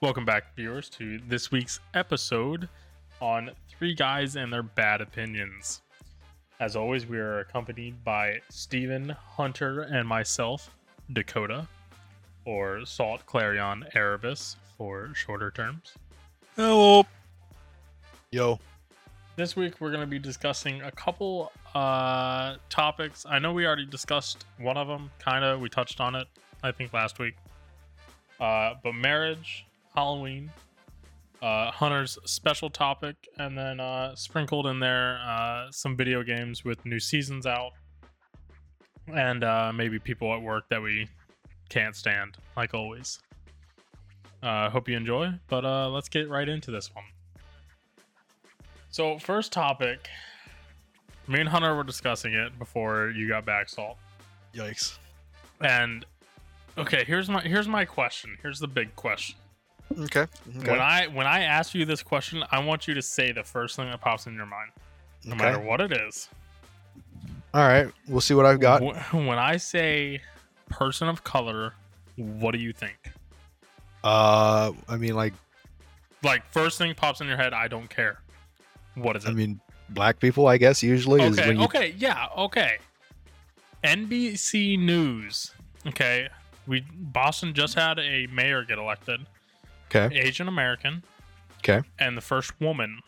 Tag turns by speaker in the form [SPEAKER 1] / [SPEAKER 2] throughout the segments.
[SPEAKER 1] Welcome back, viewers, to this week's episode on three guys and their bad opinions. As always, we are accompanied by Steven, Hunter, and myself, Dakota, or Salt Clarion Erebus for shorter terms.
[SPEAKER 2] Hello. Yo.
[SPEAKER 1] This week, we're going to be discussing a couple uh, topics. I know we already discussed one of them, kind of. We touched on it, I think, last week. Uh, but marriage, Halloween, uh, Hunter's special topic, and then uh, sprinkled in there uh, some video games with new seasons out, and uh, maybe people at work that we can't stand, like always. Uh, hope you enjoy, but uh, let's get right into this one. So, first topic, me and Hunter were discussing it before you got back, Salt.
[SPEAKER 2] Yikes.
[SPEAKER 1] And okay, here's my here's my question. Here's the big question.
[SPEAKER 2] Okay.
[SPEAKER 1] When I when I ask you this question, I want you to say the first thing that pops in your mind, no matter what it is.
[SPEAKER 2] All right. We'll see what I've got.
[SPEAKER 1] Wh- When I say person of color, what do you think?
[SPEAKER 2] Uh, I mean, like,
[SPEAKER 1] Like first thing pops in your head, I don't care. What is it?
[SPEAKER 2] I mean, black people, I guess, usually is
[SPEAKER 1] okay,
[SPEAKER 2] when you.
[SPEAKER 1] okay, yeah, okay. NBC News. Okay. We Boston just had a mayor get elected.
[SPEAKER 2] Okay.
[SPEAKER 1] Asian American.
[SPEAKER 2] Okay.
[SPEAKER 1] And the first woman.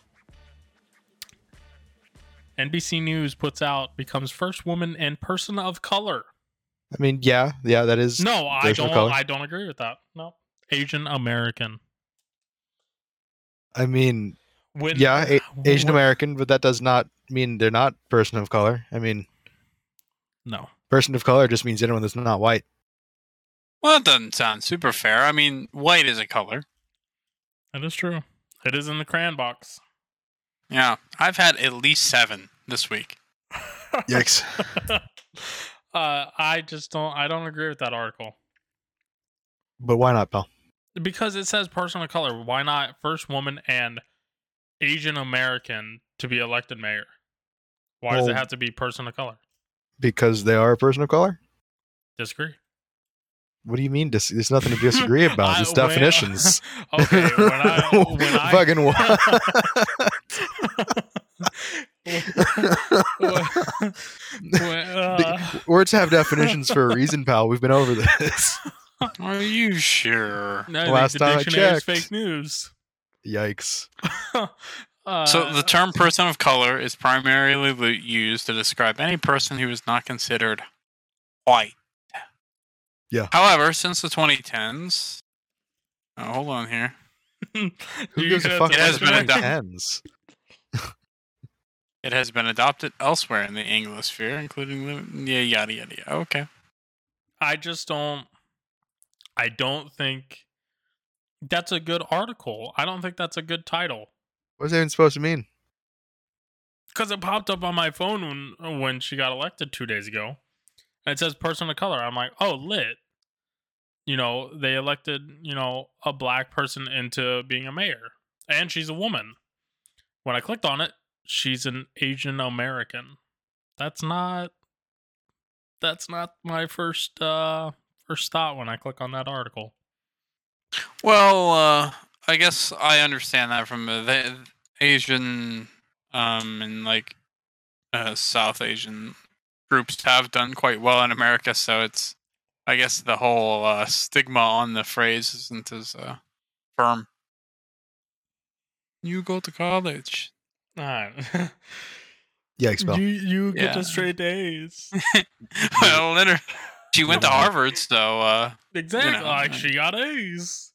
[SPEAKER 1] NBC News puts out becomes first woman and person of color.
[SPEAKER 2] I mean, yeah, yeah, that is.
[SPEAKER 1] No, I
[SPEAKER 2] Person of
[SPEAKER 1] don't.
[SPEAKER 2] color?
[SPEAKER 1] I don't agree with that. No, Asian American.
[SPEAKER 2] I mean,
[SPEAKER 1] When
[SPEAKER 2] yeah, a- Asian
[SPEAKER 1] when-
[SPEAKER 2] American, but that does not mean they're not person of color. I mean,
[SPEAKER 1] No,
[SPEAKER 2] person of color just means anyone that's not white.
[SPEAKER 3] Well, that doesn't sound super fair. I mean, white is a color.
[SPEAKER 1] that is true. It is in the crayon box.
[SPEAKER 3] Yeah, I've had at least seven this week.
[SPEAKER 2] Yikes.
[SPEAKER 1] uh, I just don't. I don't agree with that article
[SPEAKER 2] But why not, pal?
[SPEAKER 1] because it says person of color. Why not first woman and Asian American to be elected mayor? Why does it
[SPEAKER 2] Well-
[SPEAKER 1] have to be person of color?
[SPEAKER 2] Because they are a person of color?
[SPEAKER 1] Disagree.
[SPEAKER 2] What do you mean? Dis- there's nothing to disagree about.
[SPEAKER 1] I-
[SPEAKER 2] It's
[SPEAKER 1] when-
[SPEAKER 2] definitions.
[SPEAKER 1] okay. When I, when I
[SPEAKER 2] Fucking what?
[SPEAKER 1] When- when, uh,
[SPEAKER 2] Words have definitions for a reason, pal. We've been over this.
[SPEAKER 3] Are you sure?
[SPEAKER 1] no, I think
[SPEAKER 2] Last
[SPEAKER 1] the
[SPEAKER 2] time I
[SPEAKER 1] dictionary is
[SPEAKER 2] checked.
[SPEAKER 1] fake news.
[SPEAKER 2] Yikes.
[SPEAKER 1] Uh,
[SPEAKER 3] so, the term person of color is primarily lo- used to describe any person who is not considered white.
[SPEAKER 2] Yeah.
[SPEAKER 3] However, since the 2010s. Oh, hold on here.
[SPEAKER 2] Who
[SPEAKER 1] You
[SPEAKER 2] gives a
[SPEAKER 1] said
[SPEAKER 2] fuck?
[SPEAKER 1] the
[SPEAKER 3] It has been
[SPEAKER 1] dictionary-
[SPEAKER 3] adopted.
[SPEAKER 2] ends.
[SPEAKER 3] It has been adopted elsewhere in the Anglosphere, including the. Yeah, yada, yada, yada. Okay.
[SPEAKER 1] I just don't. I don't think that's a good article. I don't think that's a good title
[SPEAKER 2] What's that even supposed to mean?
[SPEAKER 1] because it popped up on my phone when when she got elected two days ago. And it says person of color. I'm like, oh, lit. You know, they elected you know a black person into being a mayor, and she's a woman. When I clicked on it, she's an Asian American. That's not. That's not my first uh first thought when I click on that article.
[SPEAKER 3] Well, uh, I guess I understand that from uh, the Asian um, and like uh, South Asian groups have done quite well in America, so it's I guess the whole uh, stigma on the phrase isn't as uh, firm. You go to college.
[SPEAKER 1] Alright.
[SPEAKER 2] Yikes, pal.
[SPEAKER 1] you you get
[SPEAKER 3] Yeah.
[SPEAKER 1] the straight A's.
[SPEAKER 3] well, literally, she went to
[SPEAKER 2] Yeah.
[SPEAKER 3] Harvard, so uh,
[SPEAKER 1] Exactly.
[SPEAKER 3] know,
[SPEAKER 1] like
[SPEAKER 3] I-
[SPEAKER 1] she got A's.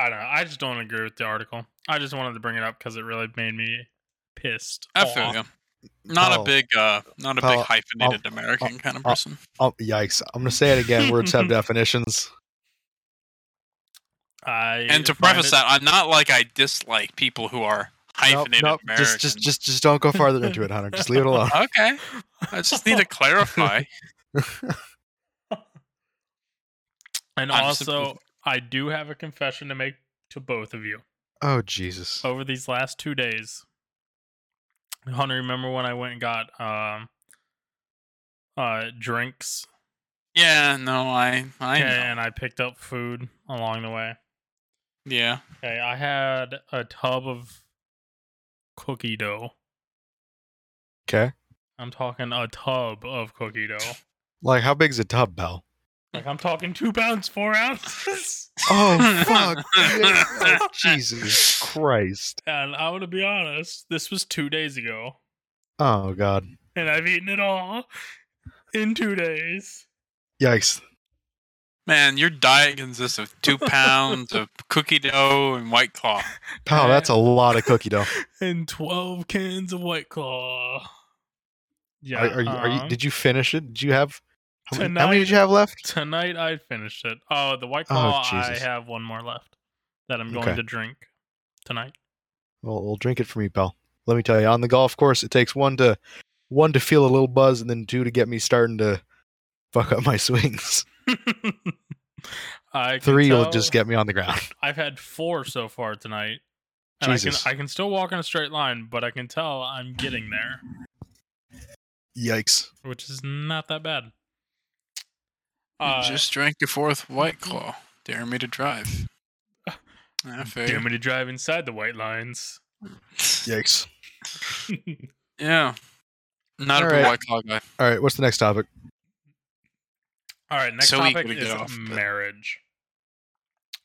[SPEAKER 1] I don't know. I just don't agree with the article. I just wanted to bring it up because it really made me pissed.
[SPEAKER 3] I feel
[SPEAKER 1] off.
[SPEAKER 3] you. Not
[SPEAKER 2] Paul.
[SPEAKER 3] a big, uh, not a
[SPEAKER 2] Paul,
[SPEAKER 3] big hyphenated American kind of
[SPEAKER 2] I'll-
[SPEAKER 3] person.
[SPEAKER 2] oh, yikes. I'm going to say it again. Words have definitions.
[SPEAKER 1] I
[SPEAKER 3] and to
[SPEAKER 1] find
[SPEAKER 3] preface
[SPEAKER 1] it-
[SPEAKER 3] that, I'm not like I dislike people who are
[SPEAKER 2] Nope,
[SPEAKER 3] hyphenated
[SPEAKER 2] nope.
[SPEAKER 3] American.
[SPEAKER 2] Just, just, just, just don't go farther into it, Hunter. Just leave it alone.
[SPEAKER 3] okay. I just need to clarify.
[SPEAKER 1] and
[SPEAKER 3] I'm just-
[SPEAKER 1] also I do have a confession to make to both of you.
[SPEAKER 2] Oh, Jesus.
[SPEAKER 1] Over these last two days, Hunter, remember when I went and got um uh drinks
[SPEAKER 3] Yeah, no, I, I know.
[SPEAKER 1] and I picked up food along the way.
[SPEAKER 3] Yeah.
[SPEAKER 1] Okay, I had a tub of cookie dough.
[SPEAKER 2] Okay.
[SPEAKER 1] I'm talking a tub of cookie dough.
[SPEAKER 2] Like, how big's a tub, Bell?
[SPEAKER 1] Like I'm talking two pounds, four ounces.
[SPEAKER 2] Oh, fuck. Oh, Jesus Christ.
[SPEAKER 1] And I'm gonna be honest, this was two days ago,
[SPEAKER 2] Oh, God.
[SPEAKER 1] and I've eaten it all in two days.
[SPEAKER 2] Yikes.
[SPEAKER 3] Man, your diet consists of two pounds of cookie dough and white claw.
[SPEAKER 2] Pow, that's a lot of cookie dough.
[SPEAKER 1] And twelve cans of White Claw. Yeah.
[SPEAKER 2] Are, are you, are you,
[SPEAKER 1] um,
[SPEAKER 2] did you finish it? Did you have. How many, how many
[SPEAKER 1] Tonight-
[SPEAKER 2] did you have left?
[SPEAKER 1] Tonight I finished it. Oh, the White
[SPEAKER 2] Oh,
[SPEAKER 1] Claw. I
[SPEAKER 2] Jesus.
[SPEAKER 1] have one more left that I'm going
[SPEAKER 2] Okay.
[SPEAKER 1] to drink tonight.
[SPEAKER 2] Well, we'll drink it for me, pal. Let me tell you, on the golf course, it takes one to one to feel a little buzz, and then two to get me starting to fuck up my swings.
[SPEAKER 1] I can
[SPEAKER 2] Three will
[SPEAKER 1] tell
[SPEAKER 2] just get me on the ground.
[SPEAKER 1] I've had four so far tonight. And
[SPEAKER 2] Jesus.
[SPEAKER 1] I can I can still walk in a straight line, but I can tell I'm getting there,
[SPEAKER 2] Yikes!
[SPEAKER 1] which is not that bad.
[SPEAKER 3] You
[SPEAKER 1] Uh,
[SPEAKER 3] just drank your fourth white claw. Dare me to drive. Yeah, fair.
[SPEAKER 1] dare me to drive inside the white lines.
[SPEAKER 2] Yikes!
[SPEAKER 3] Yeah. Not a
[SPEAKER 2] All
[SPEAKER 3] big
[SPEAKER 2] right.
[SPEAKER 3] white claw guy.
[SPEAKER 2] All right, what's the next topic?
[SPEAKER 1] All right, next
[SPEAKER 3] So we
[SPEAKER 1] topic
[SPEAKER 3] gotta
[SPEAKER 1] is
[SPEAKER 3] get off, but-
[SPEAKER 1] marriage.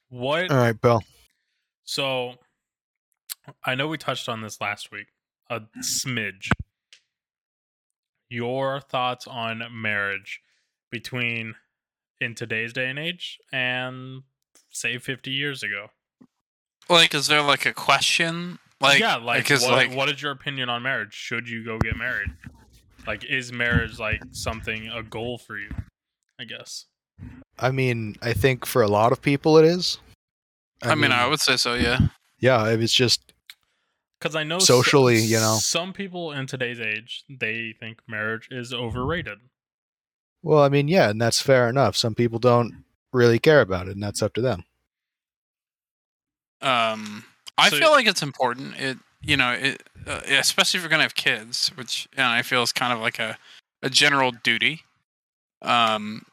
[SPEAKER 1] What?
[SPEAKER 2] All right, Bell.
[SPEAKER 1] So, I know we touched on this last week a smidge. Your thoughts on marriage between in today's day and age and say 50 years ago?
[SPEAKER 3] Like, is there like a question? Like,
[SPEAKER 1] yeah, like,
[SPEAKER 3] because
[SPEAKER 1] what,
[SPEAKER 3] like,
[SPEAKER 1] what is your opinion on marriage? Should you go get married? Like, is marriage like something a goal for you? I guess.
[SPEAKER 2] I mean, I think for a lot of people, it is.
[SPEAKER 3] I, mean, I would say so. Yeah.
[SPEAKER 2] yeah, it was just
[SPEAKER 1] Because I know s-
[SPEAKER 2] Socially, you know.
[SPEAKER 1] some people in today's age they think marriage is overrated.
[SPEAKER 2] well, I mean, yeah, and that's fair enough. Some people don't really care about it, and that's up to them.
[SPEAKER 3] Um, I
[SPEAKER 1] So-
[SPEAKER 3] feel like it's important. It, you know, it, uh, especially if you're gonna have kids, which you know, I feel is kind of like a, a general duty. Um,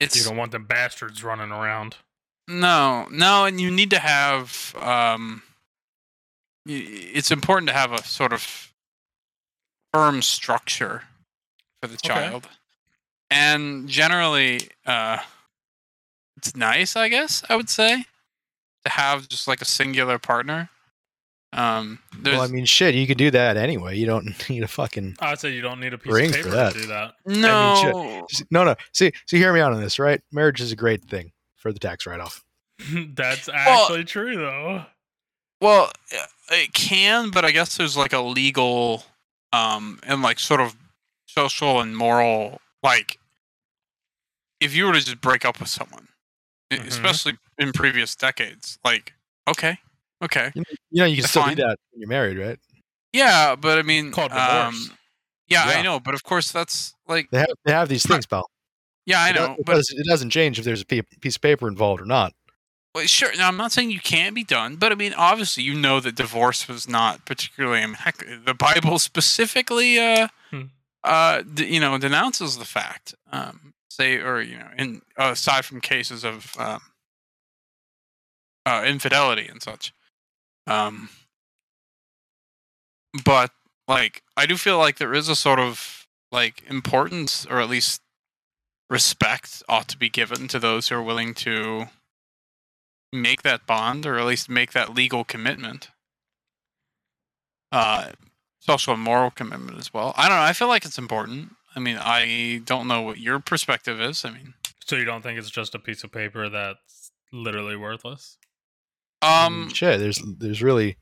[SPEAKER 3] it's
[SPEAKER 1] You don't want them bastards running around.
[SPEAKER 3] No, no, and you need to have. Um, y- it's important to have a sort of firm structure for the
[SPEAKER 1] Okay.
[SPEAKER 3] child, and generally, uh, it's nice, I guess. I would say to have just like a singular partner. Um, there's,
[SPEAKER 2] Well, I mean, shit, you could do that anyway. You don't need a fucking
[SPEAKER 1] I'd say you don't need a piece
[SPEAKER 2] Ring
[SPEAKER 1] of
[SPEAKER 2] for
[SPEAKER 1] paper
[SPEAKER 2] that.
[SPEAKER 1] to do that.
[SPEAKER 2] I mean,
[SPEAKER 3] no,
[SPEAKER 2] no, no. See, so hear me out on this, right? Marriage is a great thing for the tax write-off.
[SPEAKER 1] That's actually true though.
[SPEAKER 3] Well, uh, it can, but I guess there's like a legal um and like sort of social and moral like if you were to just break up with someone, e-
[SPEAKER 1] Mhm.
[SPEAKER 3] especially in previous decades, like okay, okay.
[SPEAKER 2] You know, you can still
[SPEAKER 3] Fine.
[SPEAKER 2] do that when you're married, right?
[SPEAKER 3] Yeah, but I mean
[SPEAKER 1] Called
[SPEAKER 3] um,
[SPEAKER 1] divorce.
[SPEAKER 3] yeah, I
[SPEAKER 2] Yeah.
[SPEAKER 3] know, but of course that's like
[SPEAKER 2] They have they have these things, pal.
[SPEAKER 3] yeah, I
[SPEAKER 2] It does-
[SPEAKER 3] know,
[SPEAKER 2] it,
[SPEAKER 3] but
[SPEAKER 2] does, it doesn't change if there's a pe- piece of paper involved or not.
[SPEAKER 3] Well, sure. Now, I'm not saying you can't be done, but I mean, obviously, you know that divorce was not particularly. I mean, heck, the Bible specifically, uh,
[SPEAKER 1] Hmm.
[SPEAKER 3] uh, d- you know, denounces the fact. Um, say, or you know, in aside from cases of um, uh, infidelity and such. Um, but like, I do feel like there is a sort of like importance, or at least respect, ought to be given to those who are willing to make that bond or at least make that legal commitment uh social and moral commitment as well i don't know i feel like it's important i mean i don't know what your perspective is i mean
[SPEAKER 1] So you don't think it's just a piece of paper that's literally worthless?
[SPEAKER 2] I
[SPEAKER 3] um
[SPEAKER 2] mean,
[SPEAKER 1] Mm.
[SPEAKER 2] shit, there's there's really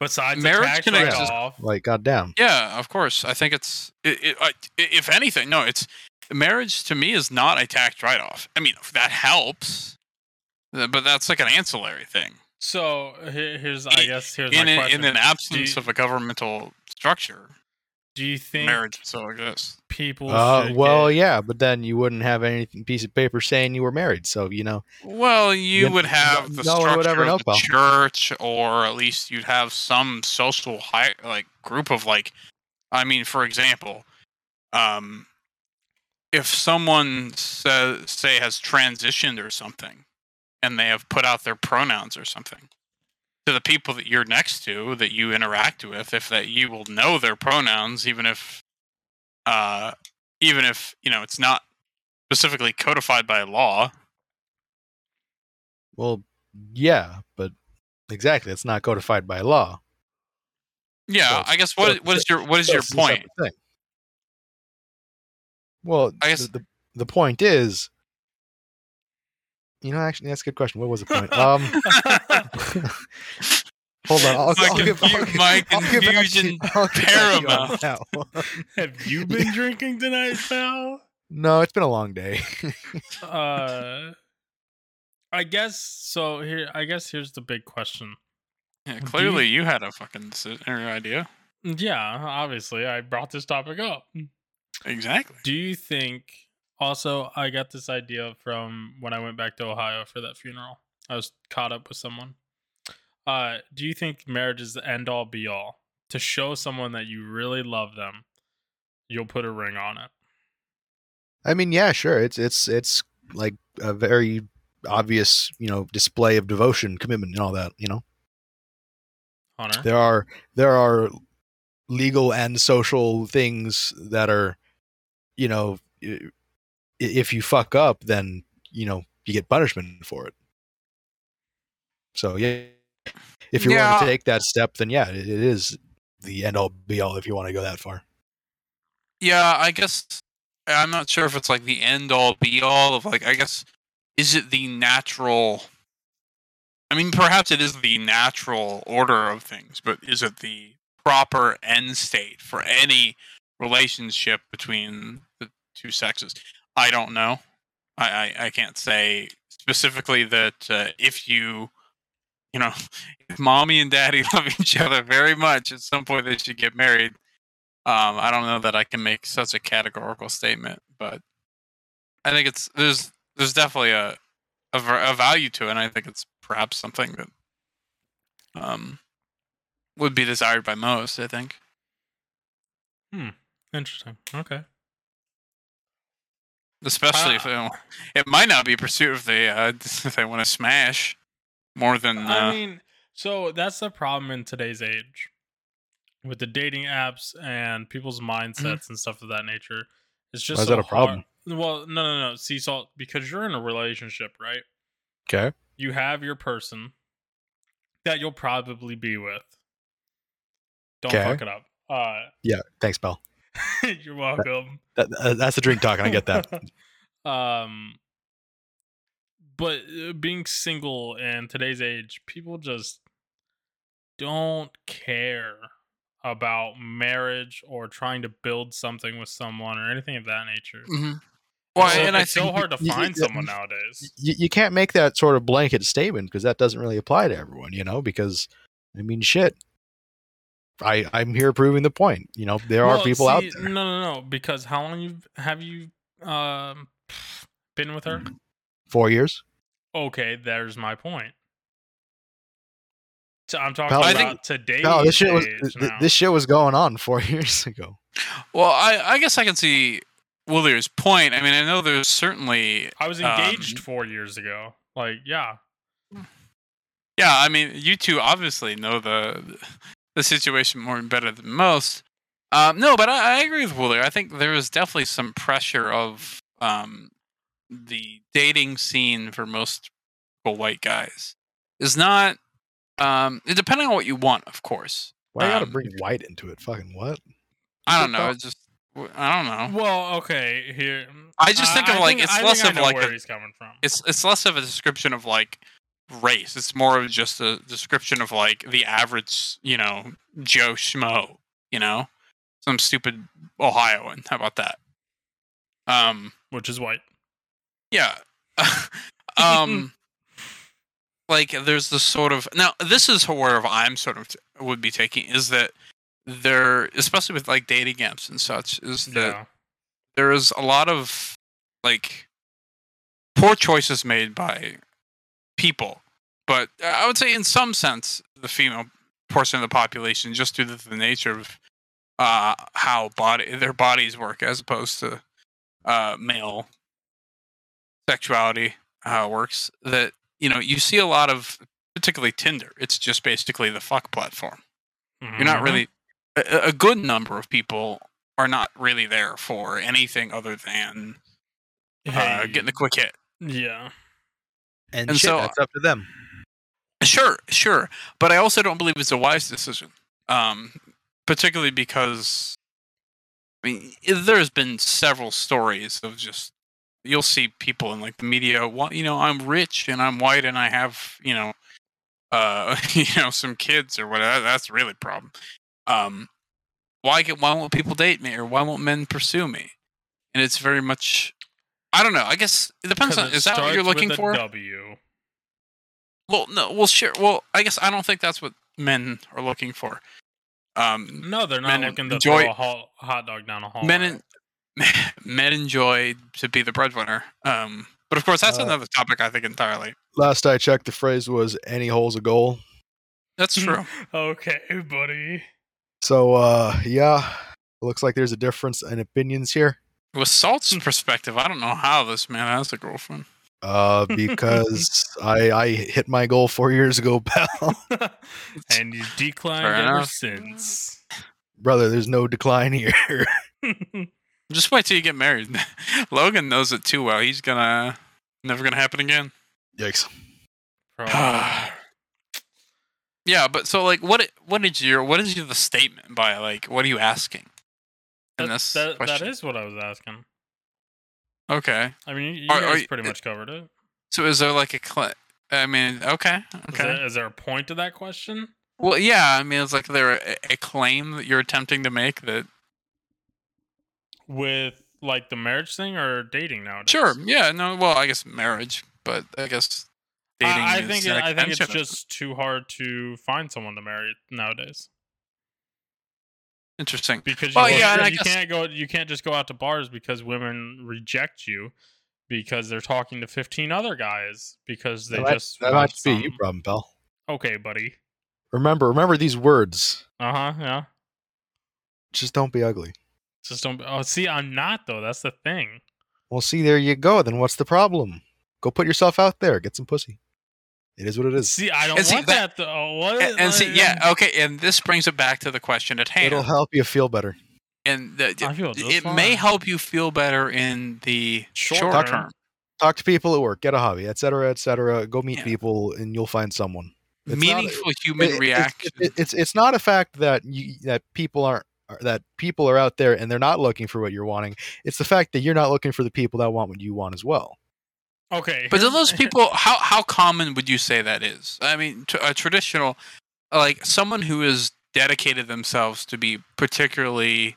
[SPEAKER 1] Besides the
[SPEAKER 3] Marriage
[SPEAKER 1] tax
[SPEAKER 3] can
[SPEAKER 1] write
[SPEAKER 3] exist-
[SPEAKER 1] off.
[SPEAKER 2] like goddamn.
[SPEAKER 3] yeah of course i think it's it, it, I, i- if anything no it's marriage to me is not a tax write-off i mean that helps uh, but that's like an ancillary thing
[SPEAKER 1] So he- here's I guess here's
[SPEAKER 3] in,
[SPEAKER 1] my
[SPEAKER 3] a,
[SPEAKER 1] question.
[SPEAKER 3] in an absence
[SPEAKER 1] you-
[SPEAKER 3] of a governmental structure
[SPEAKER 1] Do you think
[SPEAKER 3] marriage still exists
[SPEAKER 1] people
[SPEAKER 2] Uh,
[SPEAKER 1] should
[SPEAKER 2] well,
[SPEAKER 1] get-
[SPEAKER 2] yeah, but then you wouldn't have any piece of paper saying you were married. So you know,
[SPEAKER 3] Well, you
[SPEAKER 2] Yep.
[SPEAKER 3] would have the
[SPEAKER 2] No one
[SPEAKER 3] structure
[SPEAKER 2] would ever know,
[SPEAKER 3] of the
[SPEAKER 2] pal.
[SPEAKER 3] church, or at least you'd have some social hi- like group of like. I mean, for example, um, if someone says, say has transitioned or something, and they have put out their pronouns or something to the people that you're next to that you interact with if that you will know their pronouns even if uh even if you know it's not specifically codified by law
[SPEAKER 2] Well, yeah, but exactly, it's not codified by law.
[SPEAKER 3] yeah
[SPEAKER 2] So-
[SPEAKER 3] i guess
[SPEAKER 2] so
[SPEAKER 3] what
[SPEAKER 2] it's-
[SPEAKER 3] what is your what is
[SPEAKER 2] So
[SPEAKER 3] your
[SPEAKER 2] it's a
[SPEAKER 3] point
[SPEAKER 2] separate thing. Well,
[SPEAKER 3] I guess-
[SPEAKER 2] the, the the point is, you know, actually, that's a good question. What was the point? Um, hold on, I'll,
[SPEAKER 3] My
[SPEAKER 2] I'll give, I'll
[SPEAKER 3] confu-
[SPEAKER 2] give-
[SPEAKER 3] my
[SPEAKER 2] I'll give back to
[SPEAKER 3] confusion
[SPEAKER 2] you- I'll give back to you on
[SPEAKER 3] paramount.
[SPEAKER 2] that one.
[SPEAKER 1] Have you been drinking tonight, pal?
[SPEAKER 2] No, it's been a long day.
[SPEAKER 1] Uh, I guess so. Here, I guess here's the big question.
[SPEAKER 3] yeah,
[SPEAKER 1] you-
[SPEAKER 3] clearly you had a fucking deci- or idea
[SPEAKER 1] Mm, Yeah, obviously, I brought this topic up. Mm.
[SPEAKER 3] exactly
[SPEAKER 1] Do you think? Also, I got this idea from when I went back to Ohio for that funeral. I was caught up with someone. Uh, do you think marriage is the end all be all? To show someone that you really love them, you'll put a ring on it.
[SPEAKER 2] I mean, yeah, sure. It's it's it's like a very obvious, you know, display of devotion, commitment, and all that. You know,
[SPEAKER 1] Hunter?
[SPEAKER 2] there are there are legal and social things that are, you know, i- if you fuck up, then you know you get punishment for it. So yeah, if you want
[SPEAKER 3] Yeah.
[SPEAKER 2] to take that step, then yeah, it it is the end all be all if you want to go that far.
[SPEAKER 3] Yeah, I guess I'm not sure if it's like the end all be all of like I guess is it the natural I mean perhaps it is the natural order of things, but is it the proper end state for any relationship between the two sexes? I don't know. I I, I can't say specifically that uh, if you you know, if mommy and daddy love each other very much, at some point they should get married. Um, I don't know that I can make such a categorical statement, but I think it's there's there's definitely a a, ver- a value to it. and I think it's perhaps something that um would be desired by most. I think.
[SPEAKER 1] Interesting. Okay. Ah.
[SPEAKER 3] especially if
[SPEAKER 1] Uh,
[SPEAKER 3] they, it might not be pursuit if they uh, if they want to smash more than uh,
[SPEAKER 1] I mean, so that's the problem in today's age with the dating apps and people's mindsets and stuff of that nature. It's just
[SPEAKER 2] Why is
[SPEAKER 1] so
[SPEAKER 2] Mm-hmm. that a problem?
[SPEAKER 1] hard- Well, no, no, no. Sea salt because you're in a relationship, right?
[SPEAKER 2] Okay.
[SPEAKER 1] You have your person that you'll probably be with. Don't
[SPEAKER 2] Okay.
[SPEAKER 1] fuck it up. Uh,
[SPEAKER 2] Yeah. Thanks, Bell.
[SPEAKER 1] you're welcome.
[SPEAKER 2] That, that's the drink talking. I get that.
[SPEAKER 1] um but uh, being single in today's age people just don't care about marriage or trying to build something with someone or anything of that nature
[SPEAKER 3] mhm. well,
[SPEAKER 1] So
[SPEAKER 3] and I
[SPEAKER 1] it's so
[SPEAKER 3] think-
[SPEAKER 1] hard to
[SPEAKER 2] y- y-
[SPEAKER 1] find
[SPEAKER 2] yeah.
[SPEAKER 1] someone nowadays
[SPEAKER 2] you, you can't make that sort of blanket statement because that doesn't really apply to everyone, you know, because I mean shit. I I'm here proving the point. You know, there are
[SPEAKER 1] Well,
[SPEAKER 2] people out
[SPEAKER 1] see,
[SPEAKER 2] there.
[SPEAKER 1] no no no because how long you've have you um been with
[SPEAKER 2] Mm-hmm.
[SPEAKER 1] her
[SPEAKER 2] Four years.
[SPEAKER 1] okay there's my point so i'm talking
[SPEAKER 2] Pal,
[SPEAKER 3] I
[SPEAKER 1] about
[SPEAKER 3] think-
[SPEAKER 1] today's
[SPEAKER 2] No, this shit was
[SPEAKER 1] age
[SPEAKER 2] th-
[SPEAKER 1] now.
[SPEAKER 2] this shit was going on four years ago.
[SPEAKER 3] well, I I guess I can see Willier's point. I mean, I know there's certainly
[SPEAKER 1] I was
[SPEAKER 3] Um,
[SPEAKER 1] engaged four years ago. Like, yeah,
[SPEAKER 3] yeah. I mean, you two obviously know the the situation more and better than most. Um, no, but I, I agree with Wooler. I think there is definitely some pressure of um, the dating scene for most typical white guys is not. Um, it- depending on what you want, of course.
[SPEAKER 2] Why you gotta
[SPEAKER 3] Um,
[SPEAKER 2] bring white into it? Fucking what?
[SPEAKER 3] I don't know. It's just I don't know.
[SPEAKER 1] Well, okay. Here,
[SPEAKER 3] I just think of, like, it's
[SPEAKER 1] I
[SPEAKER 3] less
[SPEAKER 1] think I
[SPEAKER 3] of,
[SPEAKER 1] know
[SPEAKER 3] like,
[SPEAKER 1] where
[SPEAKER 3] a-
[SPEAKER 1] he's coming from.
[SPEAKER 3] It's it's less of a description of like race. It's more of just a description of like the average, you know, Joe schmo. You know, some stupid Ohioan. How about that? Um.
[SPEAKER 1] which is white.
[SPEAKER 3] Yeah. um like there's this sort of now this is where I'm sort of t- would be taking is that there especially with like dating apps and such is that
[SPEAKER 1] Yeah.
[SPEAKER 3] there is a lot of like poor choices made by people but uh, i would say in some sense the female portion of the population just due to the nature of uh, how body their bodies work as opposed to uh, male sexuality how it works that you know, you see a lot of particularly Tinder. It's just basically the fuck platform.
[SPEAKER 1] Mm-hmm.
[SPEAKER 3] You're not really a, a good number of people are not really there for anything other than uh,
[SPEAKER 1] Hey.
[SPEAKER 3] getting a quick hit.
[SPEAKER 1] Yeah.
[SPEAKER 2] And,
[SPEAKER 3] And
[SPEAKER 2] shit,
[SPEAKER 3] so-
[SPEAKER 2] that's up to them.
[SPEAKER 3] Sure, sure, but I also don't believe it's a wise decision, um, particularly because I mean there's been several stories of just you'll see people in like the media. Well, you know, I'm rich and I'm white and I have you know, uh, you know, some kids or whatever. That's really a problem. Um, why get? Why won't people date me or why won't men pursue me? And it's very much. I don't know. I guess it depends
[SPEAKER 1] 'Cause
[SPEAKER 3] on.
[SPEAKER 1] it
[SPEAKER 3] Is that what
[SPEAKER 1] starts
[SPEAKER 3] you're looking
[SPEAKER 1] with a
[SPEAKER 3] for?
[SPEAKER 1] W.
[SPEAKER 3] Well, no. Well, sure. Well, I guess I don't think that's what men are looking for. Um,
[SPEAKER 1] No, they're not
[SPEAKER 3] Men
[SPEAKER 1] looking to
[SPEAKER 3] enjoy-
[SPEAKER 1] throw a hol- hot dog down a hall.
[SPEAKER 3] men in, men enjoy to be the breadwinner. Um, but of course, that's
[SPEAKER 2] Uh,
[SPEAKER 3] another topic I think entirely.
[SPEAKER 2] Last I checked, the phrase was "any hole's a goal."
[SPEAKER 3] That's true.
[SPEAKER 1] okay, buddy.
[SPEAKER 2] So, uh, yeah, looks like there's a difference in opinions here.
[SPEAKER 3] With Salt's perspective, I don't know how this man has a girlfriend.
[SPEAKER 2] Uh, because I I hit my goal four years ago, pal.
[SPEAKER 1] and you declined
[SPEAKER 3] Fair
[SPEAKER 1] ever
[SPEAKER 3] enough.
[SPEAKER 1] since.
[SPEAKER 2] Brother, there's no decline here.
[SPEAKER 3] Just wait till you get married. Logan knows it too well. He's gonna never gonna happen again.
[SPEAKER 2] Yikes.
[SPEAKER 1] Probably.
[SPEAKER 3] yeah, but so like, what what is your what is the statement by like? What are you asking? In
[SPEAKER 1] That-
[SPEAKER 3] this
[SPEAKER 1] that- that
[SPEAKER 3] question?
[SPEAKER 1] is what I was asking.
[SPEAKER 3] okay.
[SPEAKER 1] I mean, you, you
[SPEAKER 3] Are- are
[SPEAKER 1] guys
[SPEAKER 3] you-
[SPEAKER 1] pretty
[SPEAKER 3] uh,
[SPEAKER 1] much covered it.
[SPEAKER 3] So is there like a cl- I mean, okay,
[SPEAKER 1] Is
[SPEAKER 3] okay.
[SPEAKER 1] there- is there a point to that question?
[SPEAKER 3] well, yeah. I mean, it's like there a, a claim that you're attempting to make that.
[SPEAKER 1] With like the marriage thing or dating nowadays?
[SPEAKER 3] Sure. Yeah. No. Well, I guess marriage, but I guess dating.
[SPEAKER 1] I, I
[SPEAKER 3] is
[SPEAKER 1] think
[SPEAKER 3] an
[SPEAKER 1] it, I think it's
[SPEAKER 3] extension of-
[SPEAKER 1] just too hard to find someone to marry nowadays
[SPEAKER 3] interesting.
[SPEAKER 1] because you,
[SPEAKER 3] Well,
[SPEAKER 1] can't-
[SPEAKER 3] yeah, and I
[SPEAKER 1] you
[SPEAKER 3] guess-
[SPEAKER 1] can't go you can't just go out to bars because women reject you because they're talking to 15 other guys because they
[SPEAKER 2] that might-
[SPEAKER 1] just
[SPEAKER 2] that
[SPEAKER 1] want
[SPEAKER 2] might be you
[SPEAKER 1] some-
[SPEAKER 2] problem, pal.
[SPEAKER 1] Okay, buddy.
[SPEAKER 2] Remember, remember these words.
[SPEAKER 1] Uh-huh, yeah.
[SPEAKER 2] Just don't be ugly.
[SPEAKER 1] Just don't Oh, see, I'm not though. That's the thing.
[SPEAKER 2] Well, see, there you go. Then what's the problem? Go put yourself out there. Get some pussy. It is what it is.
[SPEAKER 1] See, I don't
[SPEAKER 3] And see,
[SPEAKER 1] want that,
[SPEAKER 3] that-
[SPEAKER 1] though. Oh, What?
[SPEAKER 3] And, and see,
[SPEAKER 1] like,
[SPEAKER 3] yeah, okay, and this brings it back to the question at hand.
[SPEAKER 2] It'll help you feel better.
[SPEAKER 3] and the,
[SPEAKER 1] I feel just
[SPEAKER 3] uh, it may
[SPEAKER 1] fine.
[SPEAKER 3] help you feel better in the
[SPEAKER 1] Short
[SPEAKER 3] short,
[SPEAKER 1] term.
[SPEAKER 3] term.
[SPEAKER 2] Talk to people at work. Get a hobby, etc., etc. Go meet
[SPEAKER 3] Yeah.
[SPEAKER 2] people, and you'll find someone. It's not-
[SPEAKER 3] Meaningful human
[SPEAKER 2] It- it-
[SPEAKER 3] reaction.
[SPEAKER 2] It's, it's it's not a fact that you that people aren't are- that people are out there and they're not looking for what you're wanting. It's the fact that you're not looking for the people that want what you want as well.
[SPEAKER 1] Okay.
[SPEAKER 3] But
[SPEAKER 1] here's-
[SPEAKER 3] then those people, how how common would you say that is? I mean, t- a traditional, like someone who has dedicated themselves to be particularly,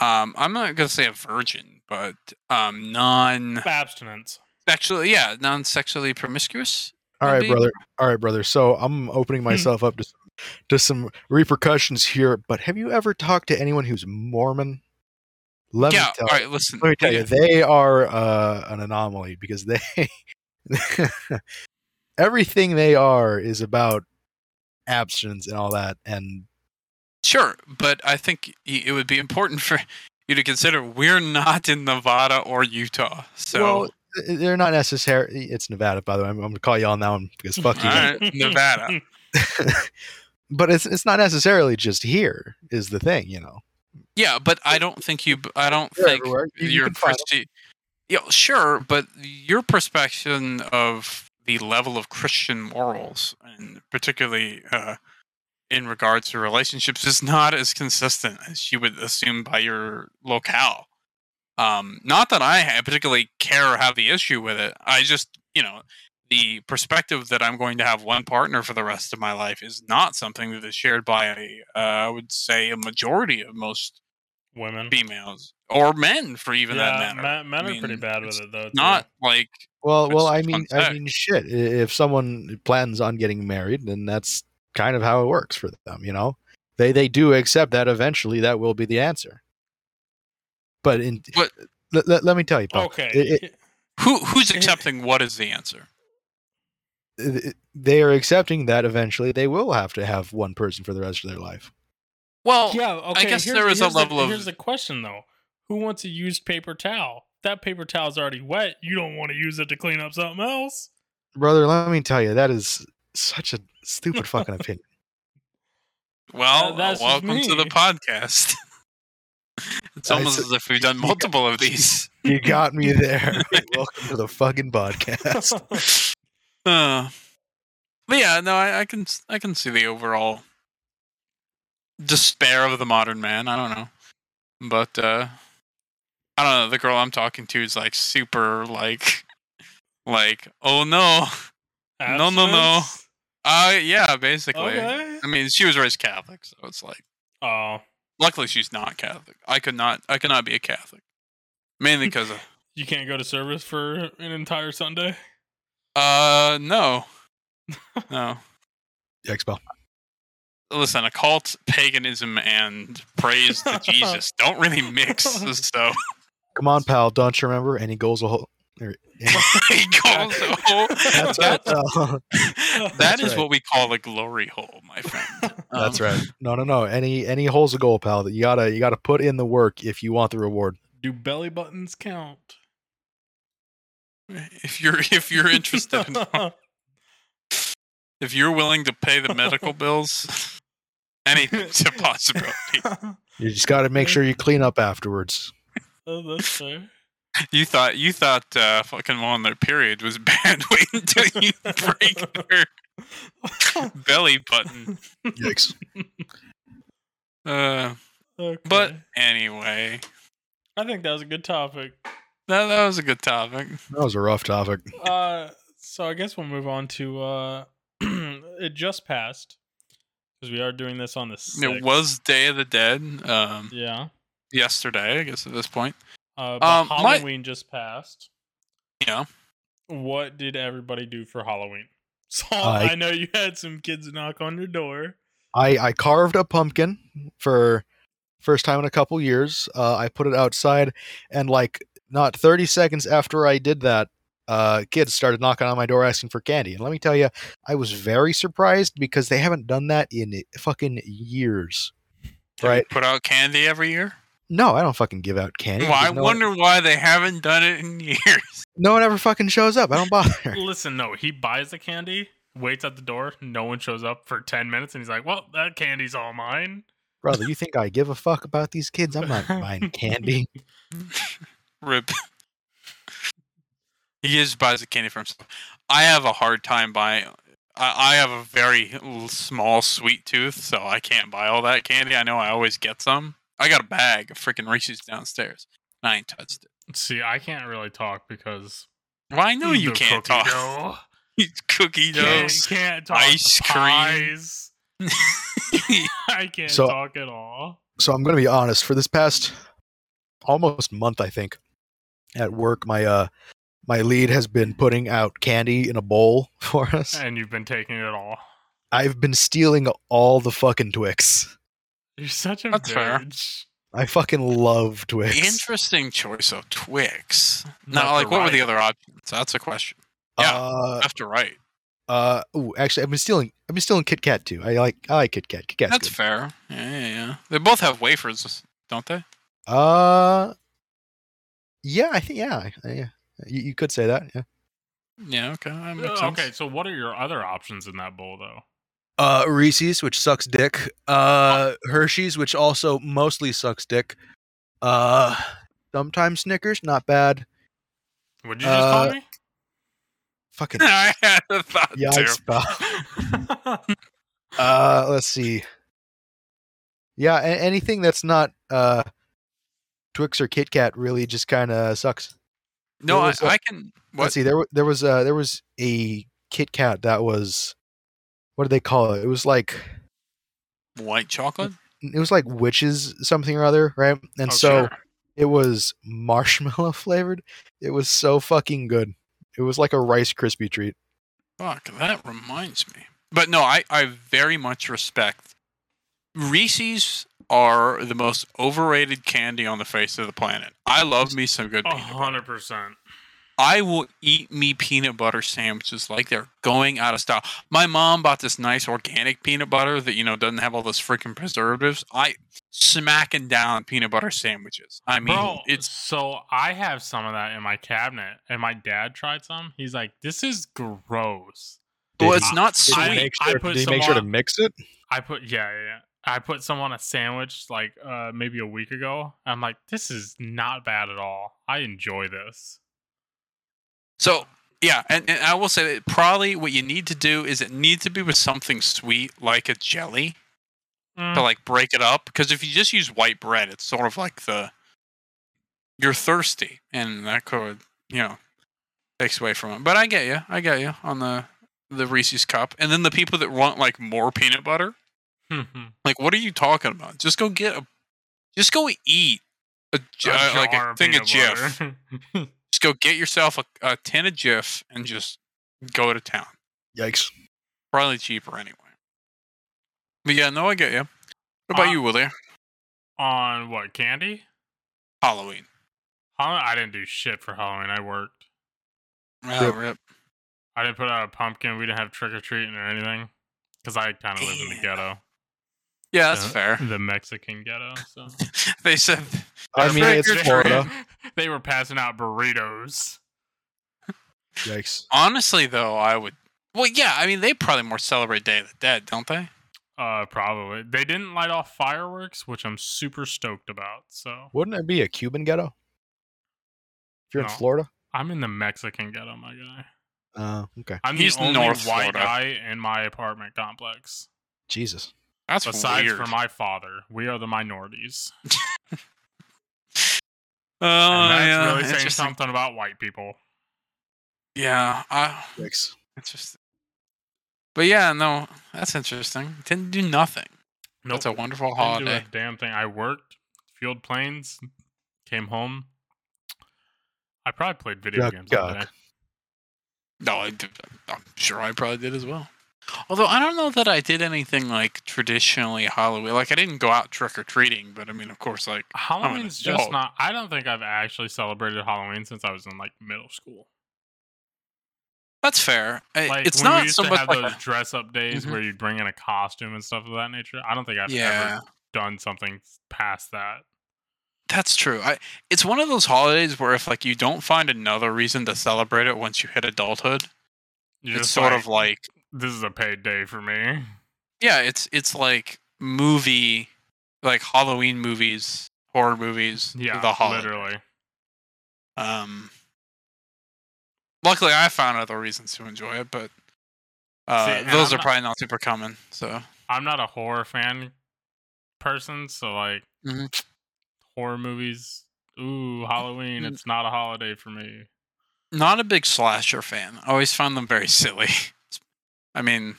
[SPEAKER 3] um, I'm not gonna say a virgin, but um, non
[SPEAKER 1] abstinence.
[SPEAKER 3] sexually, yeah, non sexually promiscuous.
[SPEAKER 2] All right,
[SPEAKER 3] Indeed.
[SPEAKER 2] brother. All right, brother. So I'm opening
[SPEAKER 3] Hmm.
[SPEAKER 2] myself up to some, to some repercussions here. But have you ever talked to anyone who's Mormon? Let me
[SPEAKER 3] yeah.
[SPEAKER 2] tell.
[SPEAKER 3] all right, listen.
[SPEAKER 2] Let me tell
[SPEAKER 3] we
[SPEAKER 2] you,
[SPEAKER 3] get-
[SPEAKER 2] they are uh, an anomaly because they everything they are is about abstinence and all that, and
[SPEAKER 3] Sure, but I think y- it would be important for you to consider we're not in Nevada or Utah, so.
[SPEAKER 2] Well, th- they're not necessarily. It's Nevada, by the way. I'm, I'm gonna call you on that one because fuck you.
[SPEAKER 3] All right, Nevada.
[SPEAKER 2] But it's it's not necessarily just here. Is the thing, you know?
[SPEAKER 3] Yeah, but I don't think you. I don't
[SPEAKER 2] They're
[SPEAKER 3] think
[SPEAKER 2] everywhere. You- you
[SPEAKER 3] your
[SPEAKER 2] can find 'em.
[SPEAKER 3] perce- yeah, sure, but your perception of the level of Christian morals, and particularly uh, in regards to relationships, is not as consistent as you would assume by your locale. Um, not that I ha- particularly care or have the issue with it. I just, you know, the perspective that I'm going to have one partner for the rest of my life is not something that is shared by, a, uh, I would say, a majority of most
[SPEAKER 1] Women.
[SPEAKER 3] females or men, for even that
[SPEAKER 1] yeah,
[SPEAKER 3] matter.
[SPEAKER 1] men, men
[SPEAKER 3] I
[SPEAKER 1] are pretty
[SPEAKER 3] mean,
[SPEAKER 1] bad with
[SPEAKER 3] it's
[SPEAKER 1] it though. too.
[SPEAKER 3] Not like
[SPEAKER 2] Well, well, I
[SPEAKER 3] That's
[SPEAKER 2] mean,
[SPEAKER 3] fun
[SPEAKER 2] I
[SPEAKER 3] fact.
[SPEAKER 2] mean, shit. i- If someone plans on getting married, then that's kind of how it works for them, you know. They they do accept that eventually that will be the answer. But in
[SPEAKER 3] But- Oh.
[SPEAKER 2] let, let, let me tell you, Paul,
[SPEAKER 1] okay.
[SPEAKER 2] Oh, It-
[SPEAKER 3] who who's
[SPEAKER 1] Eh.
[SPEAKER 3] accepting what is the answer.
[SPEAKER 2] th- th- they are accepting that eventually they will have to have one person for the rest of their life.
[SPEAKER 3] Well,
[SPEAKER 1] yeah. Okay.
[SPEAKER 3] guess
[SPEAKER 1] here's-
[SPEAKER 3] there is a
[SPEAKER 1] here's the-
[SPEAKER 3] level of-
[SPEAKER 1] Here's the question though: Who wants a used paper towel? That paper towel's already wet. You don't want to use it to clean up something else.
[SPEAKER 2] brother, let me tell you, that is such a stupid fucking opinion.
[SPEAKER 3] Well,
[SPEAKER 1] Uh, that's just
[SPEAKER 3] welcome to the
[SPEAKER 1] me.
[SPEAKER 3] podcast. it's
[SPEAKER 2] I
[SPEAKER 3] almost
[SPEAKER 2] said-
[SPEAKER 3] as if we've done multiple of these.
[SPEAKER 2] You got me there. Welcome to the fucking podcast.
[SPEAKER 3] Uh, but yeah, no, I, I can s- I can see the overall despair of the modern man. I don't know, but uh, I don't know. The girl I'm talking to is like super like like oh no, No, no, no.
[SPEAKER 1] Abstinence?
[SPEAKER 3] uh yeah, basically.
[SPEAKER 1] Okay.
[SPEAKER 3] I mean, she was raised Catholic, so it's like.
[SPEAKER 1] Oh,
[SPEAKER 3] Luckily, she's not Catholic. I could not. I cannot be a Catholic, mainly because of.
[SPEAKER 1] you can't go to service for an entire Sunday.
[SPEAKER 3] Uh, no, no.
[SPEAKER 2] Expo.
[SPEAKER 3] Listen, occult paganism and praise to Jesus don't really mix. So
[SPEAKER 2] Come on, pal. Don't you remember? Any goals will hold. or any-
[SPEAKER 3] he calls a hole.
[SPEAKER 2] That's right.
[SPEAKER 3] That-
[SPEAKER 2] pal.
[SPEAKER 3] that
[SPEAKER 2] That's
[SPEAKER 3] is
[SPEAKER 2] right.
[SPEAKER 3] what we call a glory hole, my friend.
[SPEAKER 2] That's
[SPEAKER 3] Um,
[SPEAKER 2] right. No, no, no. Any any holes a goal, pal. That you gotta you gotta put in the work if you want the reward.
[SPEAKER 1] Do belly buttons count?
[SPEAKER 3] If you're if you're interested, in, if you're willing to pay the medical bills, anything's a possibility.
[SPEAKER 1] oh,
[SPEAKER 2] You just gotta make sure you clean up afterwards.
[SPEAKER 1] that's fair.
[SPEAKER 3] You thought you thought uh, fucking on their period was bad. Wait until you break their belly
[SPEAKER 1] Hmm.
[SPEAKER 3] button.
[SPEAKER 2] Yikes.
[SPEAKER 3] Uh,
[SPEAKER 1] Okay.
[SPEAKER 3] but anyway,
[SPEAKER 1] I think that was a good topic.
[SPEAKER 3] that that was a good topic.
[SPEAKER 2] That was a rough topic.
[SPEAKER 1] Uh, so I guess we'll move on to uh, it just passed because we are doing this on the
[SPEAKER 3] It
[SPEAKER 1] sixth.
[SPEAKER 3] was Day of the Dead um,
[SPEAKER 1] Yeah.
[SPEAKER 3] yesterday, I guess at this point.
[SPEAKER 1] Uh, but
[SPEAKER 3] Um, my-
[SPEAKER 1] Halloween just passed.
[SPEAKER 3] Yeah.
[SPEAKER 1] What did everybody do for Halloween? So
[SPEAKER 2] I-
[SPEAKER 1] I know you had some kids knock on your door.
[SPEAKER 2] I I carved a pumpkin for first time in a couple years. Uh, I put it outside, and like not 30 seconds after I did that, uh, kids started knocking on my door asking for candy. And let me tell you, I was very surprised because they haven't done that in fucking years.
[SPEAKER 3] Have you
[SPEAKER 2] Right.
[SPEAKER 3] Put out candy every year.
[SPEAKER 2] No, I don't fucking give out candy.
[SPEAKER 3] Well, I
[SPEAKER 2] because no
[SPEAKER 3] wonder
[SPEAKER 2] One,
[SPEAKER 3] why they haven't done it in years.
[SPEAKER 2] no one ever fucking shows up. I don't bother.
[SPEAKER 1] Listen, no, he buys the candy, waits at the door, no one shows up for 10 minutes, and he's like, well, that candy's all mine.
[SPEAKER 2] Brother, you think I give a fuck about these kids? I'm not buying candy.
[SPEAKER 3] Rip. He just buys the candy for himself. I have a hard time buying. I, I have a very l- small sweet tooth, so I can't buy all that candy. I know I always get some. I got a bag of freaking Reese's downstairs. And I ain't touched it.
[SPEAKER 1] See, I can't really talk because.
[SPEAKER 3] Well, I know you
[SPEAKER 1] the
[SPEAKER 3] can't
[SPEAKER 1] cookie
[SPEAKER 3] talk.
[SPEAKER 1] dough.
[SPEAKER 3] cookie dough.
[SPEAKER 1] Can't, can't talk. Ice
[SPEAKER 3] Ice cream.
[SPEAKER 1] pies. I can't
[SPEAKER 2] So-
[SPEAKER 1] talk at all.
[SPEAKER 2] so I'm going to be honest. For this past almost month, I think, at work, my uh, my lead has been putting out candy in a bowl for us.
[SPEAKER 1] And you've been taking it all.
[SPEAKER 2] I've been stealing all the fucking Twix.
[SPEAKER 1] You're such a
[SPEAKER 3] That's fair.
[SPEAKER 1] bitch.
[SPEAKER 2] I fucking love Twix.
[SPEAKER 3] Interesting choice of Twix.
[SPEAKER 1] Left
[SPEAKER 3] Now,
[SPEAKER 1] or
[SPEAKER 3] like, what were the
[SPEAKER 1] right?
[SPEAKER 3] other options? That's a question. Yeah.
[SPEAKER 2] Uh,
[SPEAKER 3] Left or right?
[SPEAKER 2] uh, ooh, actually, I've been stealing. I've been stealing Kit Kat too. I like. I like Kit Kat. Kit Kat's
[SPEAKER 3] That's
[SPEAKER 2] good.
[SPEAKER 3] fair. Yeah, yeah, yeah. They both have wafers, don't they?
[SPEAKER 2] Uh, yeah, I think. Yeah, I- yeah. You, you could say that. Yeah.
[SPEAKER 3] Yeah, okay. That
[SPEAKER 1] Uh,
[SPEAKER 3] makes sense.
[SPEAKER 1] Okay, so what are your other options in that bowl, though?
[SPEAKER 2] Uh, Reese's, which sucks dick. Uh,
[SPEAKER 1] Oh.
[SPEAKER 2] Hershey's, which also mostly sucks dick. Uh, sometimes Snickers, not bad.
[SPEAKER 1] Would you just
[SPEAKER 2] Uh,
[SPEAKER 1] call
[SPEAKER 2] Fucking
[SPEAKER 3] I had a thought too.
[SPEAKER 2] yikes, pal.
[SPEAKER 1] me?
[SPEAKER 2] Uh, let's see. Yeah, a- anything that's not uh Twix or Kit Kat really just kind of sucks.
[SPEAKER 3] No,
[SPEAKER 2] There
[SPEAKER 3] I,
[SPEAKER 2] was a-
[SPEAKER 3] I can.
[SPEAKER 2] Let's
[SPEAKER 3] What?
[SPEAKER 2] see. There, w- there was uh, there was a Kit Kat that was, what did they call it? It was like
[SPEAKER 3] White chocolate?
[SPEAKER 2] it was like witches something or other, right? And
[SPEAKER 1] Oh,
[SPEAKER 2] so.
[SPEAKER 1] sure.
[SPEAKER 2] It was marshmallow flavored. It was so fucking good. It was like a Rice Krispie treat.
[SPEAKER 3] Fuck, that reminds me. But no, I, I very much respect. Reese's are the most overrated candy on the face of the planet. I love me some good
[SPEAKER 1] A
[SPEAKER 3] peanut butter.
[SPEAKER 1] hundred percent.
[SPEAKER 3] I will eat me peanut butter sandwiches like they're going out of style. My mom bought this nice organic peanut butter that you know doesn't have all those freaking preservatives. I smacking down peanut butter sandwiches. I mean,
[SPEAKER 1] Bro,
[SPEAKER 3] it's
[SPEAKER 1] so I have some of that in my cabinet, and my dad tried some. He's like, "This is gross."
[SPEAKER 3] well,
[SPEAKER 2] Did
[SPEAKER 3] it's
[SPEAKER 1] he-
[SPEAKER 3] not
[SPEAKER 2] Did
[SPEAKER 1] I-
[SPEAKER 2] you
[SPEAKER 3] sweet.
[SPEAKER 2] make
[SPEAKER 1] I
[SPEAKER 2] sure,
[SPEAKER 1] put
[SPEAKER 2] did you
[SPEAKER 1] some
[SPEAKER 2] make sure to
[SPEAKER 1] on-
[SPEAKER 2] mix it?
[SPEAKER 1] I put yeah, yeah, yeah. I put some on a sandwich like uh, maybe a week ago. I'm like, "This is not bad at all. I enjoy this."
[SPEAKER 3] So yeah, and, and I will say that probably what you need to do is it needs to be with something sweet like a jelly
[SPEAKER 1] Mm. Mm-hmm.
[SPEAKER 3] to like break it up. Because if you just use white bread, it's sort of like the you're thirsty, and that could you know takes away from it. But I get you, I get you on the the Reese's cup, and then the people that want like more peanut butter,
[SPEAKER 1] Mm.
[SPEAKER 3] like what are you talking about? Just go get a, just go eat a, j- uh, like
[SPEAKER 1] jar
[SPEAKER 3] a thing of
[SPEAKER 1] peanut
[SPEAKER 3] Jif
[SPEAKER 1] butter.
[SPEAKER 3] just go get yourself a, a tin of Jif and just go to town.
[SPEAKER 2] Yikes.
[SPEAKER 3] Probably cheaper anyway. But yeah, no, I get you. What about
[SPEAKER 1] Uh,
[SPEAKER 3] you, Willie?
[SPEAKER 1] on what candy?
[SPEAKER 3] Halloween.
[SPEAKER 1] Hall- I didn't do shit for Halloween. I worked.
[SPEAKER 3] Oh,
[SPEAKER 2] Yep.
[SPEAKER 3] rip.
[SPEAKER 1] I didn't put out a pumpkin. We didn't have trick or treating or anything because I kind of live in the
[SPEAKER 3] Damn.
[SPEAKER 1] ghetto,
[SPEAKER 3] Yeah, that's
[SPEAKER 1] Yeah.
[SPEAKER 3] fair.
[SPEAKER 1] the Mexican ghetto. So
[SPEAKER 3] They said
[SPEAKER 2] I mean,
[SPEAKER 3] Trick
[SPEAKER 2] it's
[SPEAKER 3] or treat.
[SPEAKER 2] Florida.
[SPEAKER 1] they were passing out burritos.
[SPEAKER 2] Yikes.
[SPEAKER 3] honestly though, I would. Well, yeah, I mean they probably more celebrate Day of the Dead, don't they?
[SPEAKER 1] Uh, probably they didn't light off fireworks, which I'm super stoked about. So
[SPEAKER 2] Wouldn't it be a Cuban ghetto? If you're
[SPEAKER 1] No.
[SPEAKER 2] in Florida?
[SPEAKER 1] I'm in the Mexican ghetto, my guy.
[SPEAKER 2] Uh, okay.
[SPEAKER 1] I'm
[SPEAKER 3] He's
[SPEAKER 1] the only
[SPEAKER 3] North
[SPEAKER 1] white
[SPEAKER 3] Florida.
[SPEAKER 1] guy in my apartment complex.
[SPEAKER 2] Jesus.
[SPEAKER 3] That's
[SPEAKER 1] Besides
[SPEAKER 3] weird.
[SPEAKER 1] for my father, we are the minorities.
[SPEAKER 3] oh
[SPEAKER 1] and that's
[SPEAKER 3] yeah,
[SPEAKER 1] really saying
[SPEAKER 3] interesting.
[SPEAKER 1] something about white people.
[SPEAKER 3] Yeah, I,
[SPEAKER 2] Yikes.
[SPEAKER 3] interesting. But yeah, no, that's interesting. Didn't do nothing.
[SPEAKER 1] Nope.
[SPEAKER 3] That's a wonderful
[SPEAKER 1] Didn't do
[SPEAKER 3] holiday.
[SPEAKER 1] a damn thing. I worked, fueled planes, came home. I probably played video
[SPEAKER 2] Yuck,
[SPEAKER 1] games all
[SPEAKER 2] yuck.
[SPEAKER 1] day.
[SPEAKER 3] No, I did, I'm sure I probably did as well. Although I don't know that I did anything like traditionally Halloween. Like I didn't go out trick or treating, but I mean, of course, like
[SPEAKER 1] Halloween's just
[SPEAKER 3] adult.
[SPEAKER 1] not. I don't think I've actually celebrated Halloween since I was in like middle school.
[SPEAKER 3] that's fair. I-
[SPEAKER 1] Like
[SPEAKER 3] it's
[SPEAKER 1] when we
[SPEAKER 3] not
[SPEAKER 1] used
[SPEAKER 3] so
[SPEAKER 1] to
[SPEAKER 3] much
[SPEAKER 1] have
[SPEAKER 3] like
[SPEAKER 1] those
[SPEAKER 3] a-
[SPEAKER 1] dress up days
[SPEAKER 3] Mhm.
[SPEAKER 1] where you'd bring in a costume and stuff of that nature. I don't think I've
[SPEAKER 3] yeah,
[SPEAKER 1] ever done something past that.
[SPEAKER 3] that's true. I it's one of those holidays where if like you don't find another reason to celebrate it once you hit adulthood,
[SPEAKER 1] You're
[SPEAKER 3] it's
[SPEAKER 1] just
[SPEAKER 3] sort
[SPEAKER 1] like,
[SPEAKER 3] of like
[SPEAKER 1] this is a paid day for me.
[SPEAKER 3] yeah, it's it's like movie, like Halloween movies, horror movies.
[SPEAKER 1] Yeah,
[SPEAKER 3] the holiday.
[SPEAKER 1] literally.
[SPEAKER 3] Um, luckily, I found other reasons to enjoy it, but uh,
[SPEAKER 1] See, and
[SPEAKER 3] those
[SPEAKER 1] I'm
[SPEAKER 3] are
[SPEAKER 1] not-
[SPEAKER 3] probably not super common. So
[SPEAKER 1] I'm not a horror fan person, so like
[SPEAKER 3] Mhm.
[SPEAKER 1] horror movies. Ooh, Halloween.
[SPEAKER 3] Mm.
[SPEAKER 1] It's not a holiday for me.
[SPEAKER 3] not a big slasher fan. I always found them very silly. I mean,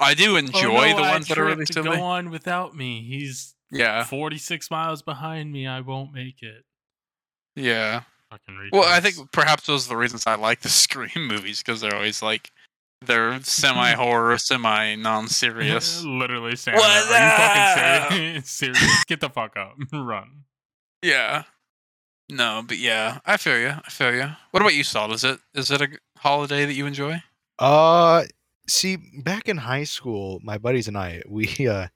[SPEAKER 3] I do
[SPEAKER 1] Oh,
[SPEAKER 3] enjoy the ones that are really silly.
[SPEAKER 1] Go on without me. He's
[SPEAKER 3] Yeah,
[SPEAKER 1] 46 miles behind me. I won't make it.
[SPEAKER 3] yeah.
[SPEAKER 1] Fucking reach.
[SPEAKER 3] Well, I think perhaps those are the reasons I like the Scream movies because they're always like they're
[SPEAKER 1] Mm-hmm.
[SPEAKER 3] semi horror, semi non serious.
[SPEAKER 1] Literally, Sam.
[SPEAKER 3] What's
[SPEAKER 1] Are you fucking serious? serious? Get the fuck up. Run.
[SPEAKER 3] Yeah. No, but yeah, I feel you. I feel you. What about you, Saul? Is it is it a g- holiday that you enjoy?
[SPEAKER 2] Uh, see, back in high school, my buddies and I, we uh,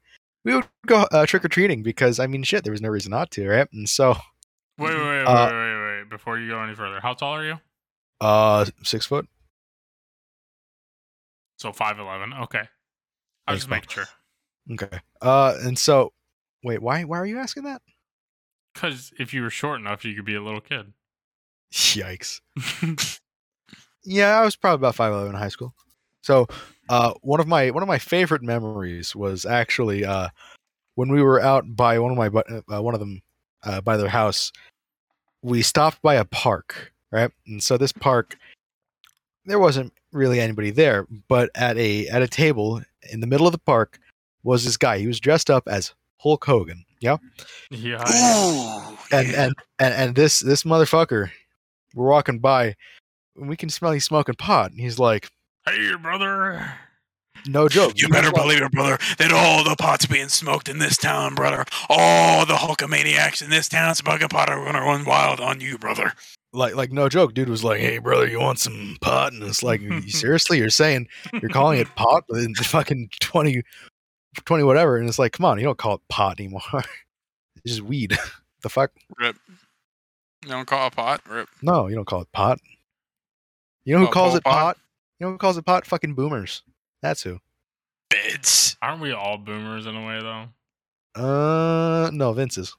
[SPEAKER 2] we would go uh, trick or treating because I mean, shit, there was no reason not to, right? And so,
[SPEAKER 1] Wait, wait,
[SPEAKER 3] Mhm.
[SPEAKER 1] wait,
[SPEAKER 2] Uh,
[SPEAKER 1] wait, wait, wait. Before you go any further, how tall are you?
[SPEAKER 2] uh, six foot.
[SPEAKER 1] So 5'11. Okay. I was
[SPEAKER 2] Thanks,
[SPEAKER 1] just
[SPEAKER 2] man.
[SPEAKER 1] making sure.
[SPEAKER 2] Okay. Uh, and so, wait, why why are you asking that?
[SPEAKER 1] Because if you were short enough, you could be a little kid.
[SPEAKER 2] Yikes. Yeah, I was probably about five eleven in high school. So, uh, one of my one of my favorite memories was actually uh, when we were out by one of my bu- uh, one of them uh, by their house. We stopped by a park, right? And so this park, there wasn't really anybody there, but at a at a table in the middle of the park was this guy. He was dressed up as Hulk Hogan. Yeah,
[SPEAKER 1] yeah.
[SPEAKER 2] and and and and this this motherfucker, we're walking by, and we can smell he's smoking pot, and he's like.
[SPEAKER 1] Hey, brother.
[SPEAKER 2] No joke.
[SPEAKER 3] You better believe it, brother, that all the pots being smoked in this town, brother, all the Hulkamaniacs in this town, smoking pot are gonna run wild on you, brother.
[SPEAKER 2] Like like no joke. Dude was like, "Hey brother, you want some pot?" And it's like, "You- seriously, you're saying you're calling it pot in fucking 20, 20 whatever? And it's like, come on, you don't call it pot anymore. it's just weed. the fuck?
[SPEAKER 3] You don't call a pot. Rip.
[SPEAKER 2] No, you don't call it pot. You know who
[SPEAKER 3] Oh,
[SPEAKER 2] calls
[SPEAKER 3] Pol
[SPEAKER 2] it
[SPEAKER 3] Pot?
[SPEAKER 2] pot? You know who calls it pot? Fucking boomers. That's who.
[SPEAKER 3] Beds.
[SPEAKER 1] Aren't we all boomers in a way though?
[SPEAKER 2] Uh, no, Vince's.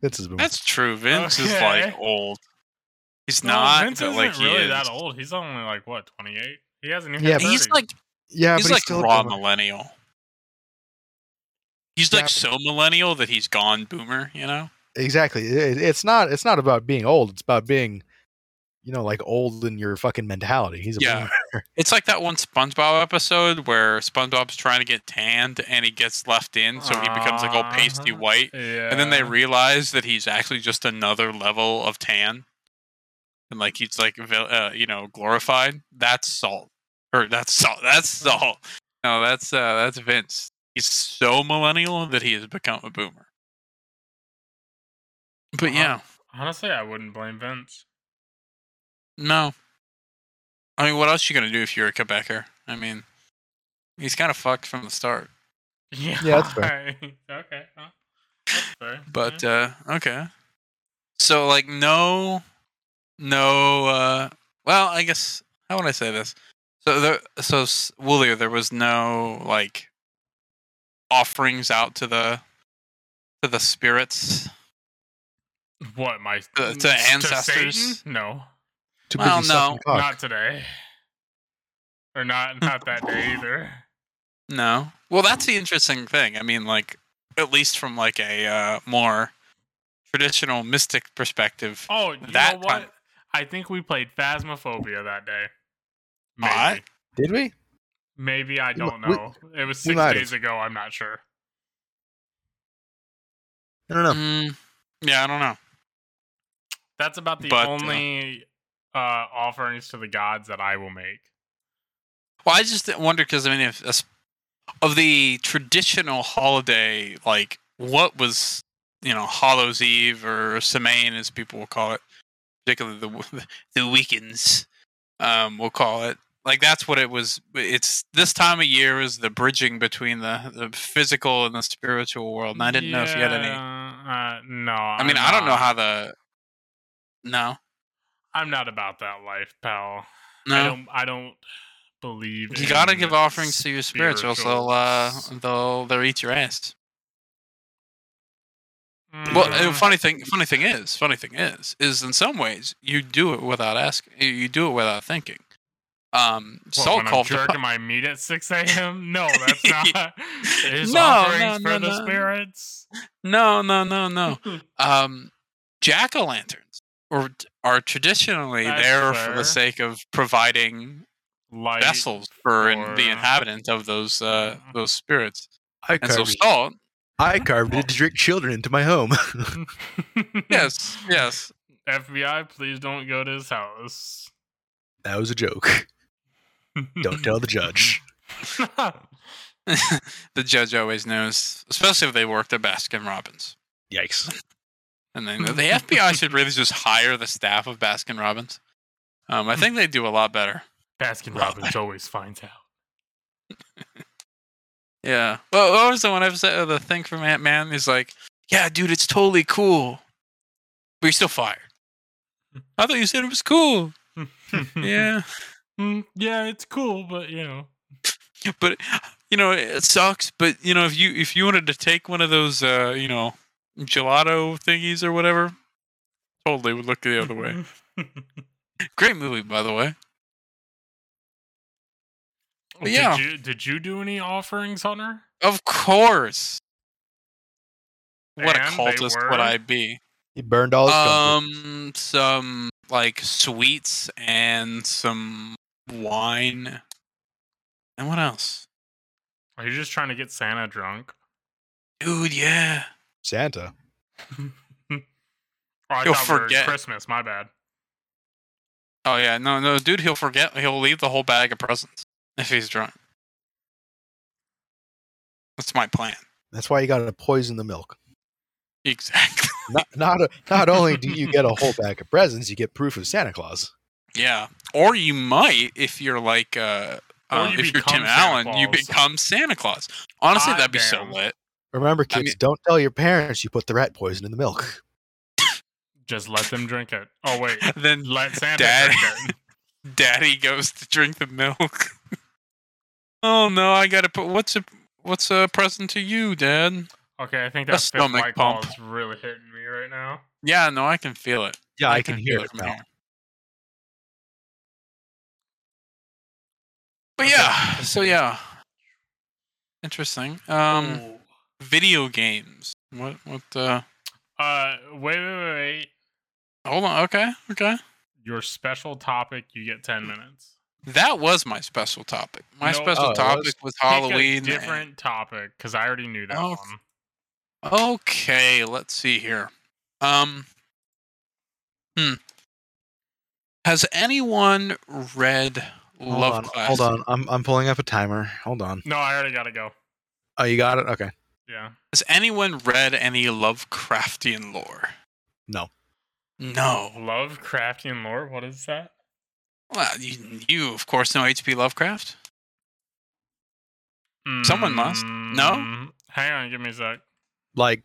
[SPEAKER 2] Vince's boomer.
[SPEAKER 3] That's true. Vince is
[SPEAKER 1] Okay.
[SPEAKER 3] like old. He's not.
[SPEAKER 1] Vince
[SPEAKER 3] but,
[SPEAKER 1] isn't
[SPEAKER 3] like, he
[SPEAKER 1] really
[SPEAKER 3] is.
[SPEAKER 1] that old. He's only like what, 28? He hasn't even.
[SPEAKER 2] Yeah,
[SPEAKER 1] Yeah,
[SPEAKER 2] but-
[SPEAKER 3] He's like
[SPEAKER 2] yeah,
[SPEAKER 3] he's
[SPEAKER 2] but
[SPEAKER 3] like
[SPEAKER 2] he's still a
[SPEAKER 3] raw
[SPEAKER 2] boomer.
[SPEAKER 3] millennial. He's
[SPEAKER 2] Yeah,
[SPEAKER 3] like
[SPEAKER 2] but-
[SPEAKER 3] so millennial that he's gone boomer. You know.
[SPEAKER 2] exactly it, it's not it's not about being old it's about being you know like old in your fucking mentality he's a
[SPEAKER 3] Yeah.
[SPEAKER 2] boomer.
[SPEAKER 3] It's like that one SpongeBob episode where SpongeBob's trying to get tanned and he gets left in, so he becomes like all pasty
[SPEAKER 1] Uh-huh.
[SPEAKER 3] white.
[SPEAKER 1] yeah.
[SPEAKER 3] And then they realize that he's actually just another level of tan, and like he's like vil- uh, you know glorified. That's salt, or that's salt. That's salt. No, that's uh, that's Vince. He's so millennial that he has become a boomer. But
[SPEAKER 1] Uh-huh.
[SPEAKER 3] yeah,
[SPEAKER 1] Honestly, I wouldn't blame Vince.
[SPEAKER 3] no. I mean, what else you gonna do if you're a Quebecer? I mean, he's kind of fucked from the start.
[SPEAKER 1] Yeah.
[SPEAKER 2] Yeah, that's fair.
[SPEAKER 1] okay. huh? That's fair.
[SPEAKER 3] But
[SPEAKER 1] yeah.
[SPEAKER 3] uh okay. So like no no uh well, I guess how would I say this? So there so s- Woolier there was no like offerings out to the to the spirits.
[SPEAKER 1] what my
[SPEAKER 3] uh, to ancestors?
[SPEAKER 1] Satan? No,
[SPEAKER 2] Too
[SPEAKER 3] Well,
[SPEAKER 2] busy
[SPEAKER 3] no,
[SPEAKER 2] sucking cock.
[SPEAKER 1] not today, or not not that day either.
[SPEAKER 3] No. Well, that's the interesting thing. I mean like at least from like a uh more traditional mystic perspective.
[SPEAKER 1] Oh, you
[SPEAKER 3] That
[SPEAKER 1] know what?
[SPEAKER 3] time-
[SPEAKER 1] I think we played Phasmophobia that day. Maybe.
[SPEAKER 3] I-
[SPEAKER 2] did we
[SPEAKER 1] Maybe I
[SPEAKER 2] We-
[SPEAKER 1] don't
[SPEAKER 2] we-
[SPEAKER 1] know. it was
[SPEAKER 2] we
[SPEAKER 1] six
[SPEAKER 2] might
[SPEAKER 1] days ago. I'm not sure.
[SPEAKER 2] i don't know
[SPEAKER 3] Mm, yeah, I don't know.
[SPEAKER 1] That's about the
[SPEAKER 3] But, uh,
[SPEAKER 1] only uh, offerings to the gods that I will make.
[SPEAKER 3] Well, I just wonder because I mean, if as- of the traditional holiday, like what was you know Hollow's Eve or Semaine, as people will call it, particularly the the weekends, um, we'll call it. Like that's what it was. It's this time of year is the bridging between the, the physical and the spiritual world. And I didn't know if you had any.
[SPEAKER 1] Yeah, Uh, no, I
[SPEAKER 3] I mean, I don't know how the. No,
[SPEAKER 1] I'm not about that life, pal. I
[SPEAKER 3] no.
[SPEAKER 1] don't. I don't believe
[SPEAKER 3] You gotta
[SPEAKER 1] in
[SPEAKER 3] give offerings to your spirits, or else they'll uh,
[SPEAKER 1] spirituals.
[SPEAKER 3] they'll they'll eat your ass. Well,
[SPEAKER 1] Mm,
[SPEAKER 3] and funny thing, funny thing is, funny thing is, is in some ways you do it without asking, you do it without thinking. Um,
[SPEAKER 1] what,
[SPEAKER 3] Saul
[SPEAKER 1] when I'm
[SPEAKER 3] called the
[SPEAKER 1] jerking my meat at 6 a.m. No, that's not. His
[SPEAKER 3] No,
[SPEAKER 1] offerings
[SPEAKER 3] no,
[SPEAKER 1] for
[SPEAKER 3] no,
[SPEAKER 1] the
[SPEAKER 3] no.
[SPEAKER 1] spirits.
[SPEAKER 3] no, no, no, no. Um, jack o' lanterns or are traditionally
[SPEAKER 1] That's
[SPEAKER 3] there for
[SPEAKER 1] fair.
[SPEAKER 3] the sake of providing
[SPEAKER 1] Light.
[SPEAKER 3] vessels for in- the
[SPEAKER 1] or-
[SPEAKER 3] inhabitants of those uh, those spirits.
[SPEAKER 2] i
[SPEAKER 3] And so Saul,
[SPEAKER 2] i carved it to drink children into my home
[SPEAKER 3] yes, yes,
[SPEAKER 1] FBI, please don't go to his house.
[SPEAKER 2] that was a joke
[SPEAKER 3] Hmm.
[SPEAKER 2] don't tell the judge
[SPEAKER 3] the judge always knows, especially if they worked at Baskin Robbins.
[SPEAKER 2] yikes
[SPEAKER 3] And then the FBI should really just hire the staff of Baskin Robbins. Um, I think they do a lot better.
[SPEAKER 1] Baskin Robbins always finds out.
[SPEAKER 3] Yeah. Well, what was the one episode of the thing from Ant Man? He's like, "Yeah, dude, it's totally cool, but you're still fired." I thought you said it was cool.
[SPEAKER 1] Hmm.
[SPEAKER 3] Yeah,
[SPEAKER 1] Mm, yeah, it's cool, but you know.
[SPEAKER 3] but you know it sucks. But you know if you if you wanted to take one of those uh, you know gelato thingies or whatever, totally would look the other way. Great movie, by the way. But yeah.
[SPEAKER 1] Did you, did you do any offerings, Hunter?
[SPEAKER 3] Of course.
[SPEAKER 1] And
[SPEAKER 3] What a
[SPEAKER 1] they
[SPEAKER 3] cultist
[SPEAKER 1] were?
[SPEAKER 3] would I be?
[SPEAKER 2] he burned all his um,
[SPEAKER 3] Um, some like sweets and some wine, and what else?
[SPEAKER 1] Are you just trying to get Santa drunk?
[SPEAKER 3] Dude, yeah.
[SPEAKER 2] santa
[SPEAKER 1] Oh, I
[SPEAKER 3] You'll
[SPEAKER 1] thought we were at
[SPEAKER 3] forget.
[SPEAKER 1] Christmas. My bad.
[SPEAKER 3] Oh yeah, no, no, dude, he'll forget. He'll leave the whole bag of presents if he's drunk. That's my plan.
[SPEAKER 2] That's why you got to poison the milk.
[SPEAKER 3] Exactly.
[SPEAKER 2] Not not, not only do you get a whole bag of presents, you get proof of Santa Claus.
[SPEAKER 3] Yeah. Or you might, if you're like, uh,
[SPEAKER 1] Or
[SPEAKER 3] uh,
[SPEAKER 1] you
[SPEAKER 3] if you're
[SPEAKER 1] become
[SPEAKER 3] Tim
[SPEAKER 1] Santa
[SPEAKER 3] Allen, you
[SPEAKER 1] Claus.
[SPEAKER 3] become Santa Claus. Honestly,
[SPEAKER 1] God
[SPEAKER 3] that'd be so
[SPEAKER 1] damn.
[SPEAKER 3] lit.
[SPEAKER 2] Remember,
[SPEAKER 3] I
[SPEAKER 2] kids,
[SPEAKER 3] mean-
[SPEAKER 2] don't tell your parents you put the rat poison in the milk.
[SPEAKER 1] Just let them drink it. Oh wait,
[SPEAKER 3] Then
[SPEAKER 1] let Santa
[SPEAKER 3] Dad.
[SPEAKER 1] drink it.
[SPEAKER 3] Daddy goes to drink the milk. oh no, I gotta put what's a what's a present to you, Dad?
[SPEAKER 1] Okay, I think
[SPEAKER 3] A
[SPEAKER 1] that fifth
[SPEAKER 3] stomach
[SPEAKER 1] white claw
[SPEAKER 3] pump.
[SPEAKER 1] is really hitting me right now.
[SPEAKER 3] Yeah, no, I can feel it.
[SPEAKER 2] Yeah,
[SPEAKER 3] from here. But yeah, so yeah, interesting. Um,
[SPEAKER 1] Oh.
[SPEAKER 3] video games. What? What? Uh,
[SPEAKER 1] Uh, wait, wait, wait.
[SPEAKER 3] hold on. Okay, okay.
[SPEAKER 1] Your special topic. You get ten minutes.
[SPEAKER 3] That was my special topic. My
[SPEAKER 1] No,
[SPEAKER 3] special
[SPEAKER 2] oh, it
[SPEAKER 3] topic
[SPEAKER 2] was?
[SPEAKER 3] was, Halloween. and-
[SPEAKER 1] Pick a different topic because I already knew that
[SPEAKER 3] Oh,
[SPEAKER 1] one.
[SPEAKER 3] Okay, let's see here. Um, hmm. Has anyone read
[SPEAKER 2] Hold
[SPEAKER 3] Love
[SPEAKER 2] on,
[SPEAKER 3] Class?
[SPEAKER 2] hold on. I'm I'm pulling up a timer. Hold on.
[SPEAKER 1] No, I already gotta go.
[SPEAKER 2] Oh, you got it. Okay.
[SPEAKER 1] Yeah.
[SPEAKER 3] Has anyone read any Lovecraftian lore?
[SPEAKER 2] No.
[SPEAKER 3] No.
[SPEAKER 1] Lovecraftian lore. What is that?
[SPEAKER 3] Well, you, you of course know H.P. Lovecraft. Someone must. No?
[SPEAKER 1] Mm, Hang on. Give me a sec.
[SPEAKER 2] Like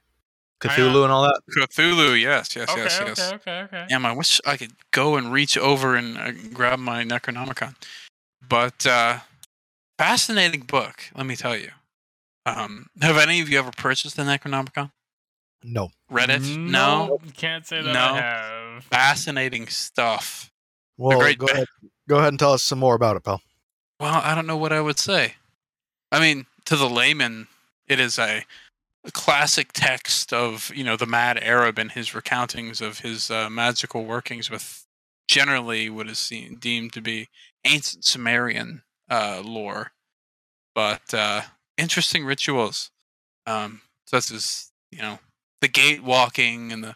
[SPEAKER 1] I, uh,
[SPEAKER 2] Cthulhu and all that.
[SPEAKER 3] Cthulhu. Yes, yes,
[SPEAKER 1] Okay.
[SPEAKER 3] yes,
[SPEAKER 1] okay.
[SPEAKER 3] yes.
[SPEAKER 1] Okay. Okay.
[SPEAKER 3] Damn, I wish I could go and reach over and uh, grab my Necronomicon. But uh, fascinating book, let me tell you. Um, have any of you ever purchased the Necronomicon?
[SPEAKER 2] No.
[SPEAKER 3] Read it?
[SPEAKER 1] Mm,
[SPEAKER 3] No.
[SPEAKER 1] Nope, Can't say that
[SPEAKER 3] No.
[SPEAKER 1] I have.
[SPEAKER 3] Fascinating stuff.
[SPEAKER 2] Well,
[SPEAKER 3] great
[SPEAKER 2] go
[SPEAKER 3] ba-
[SPEAKER 2] ahead. Go ahead and tell us some more about it, pal.
[SPEAKER 3] Well, I don't know what I would say. I mean, to the layman, it is a, a classic text of you know the mad Arab and his recountings of his uh, magical workings with generally what is seen deemed to be ancient Sumerian uh, lore, but uh, interesting rituals um, such as you know the gate walking and the,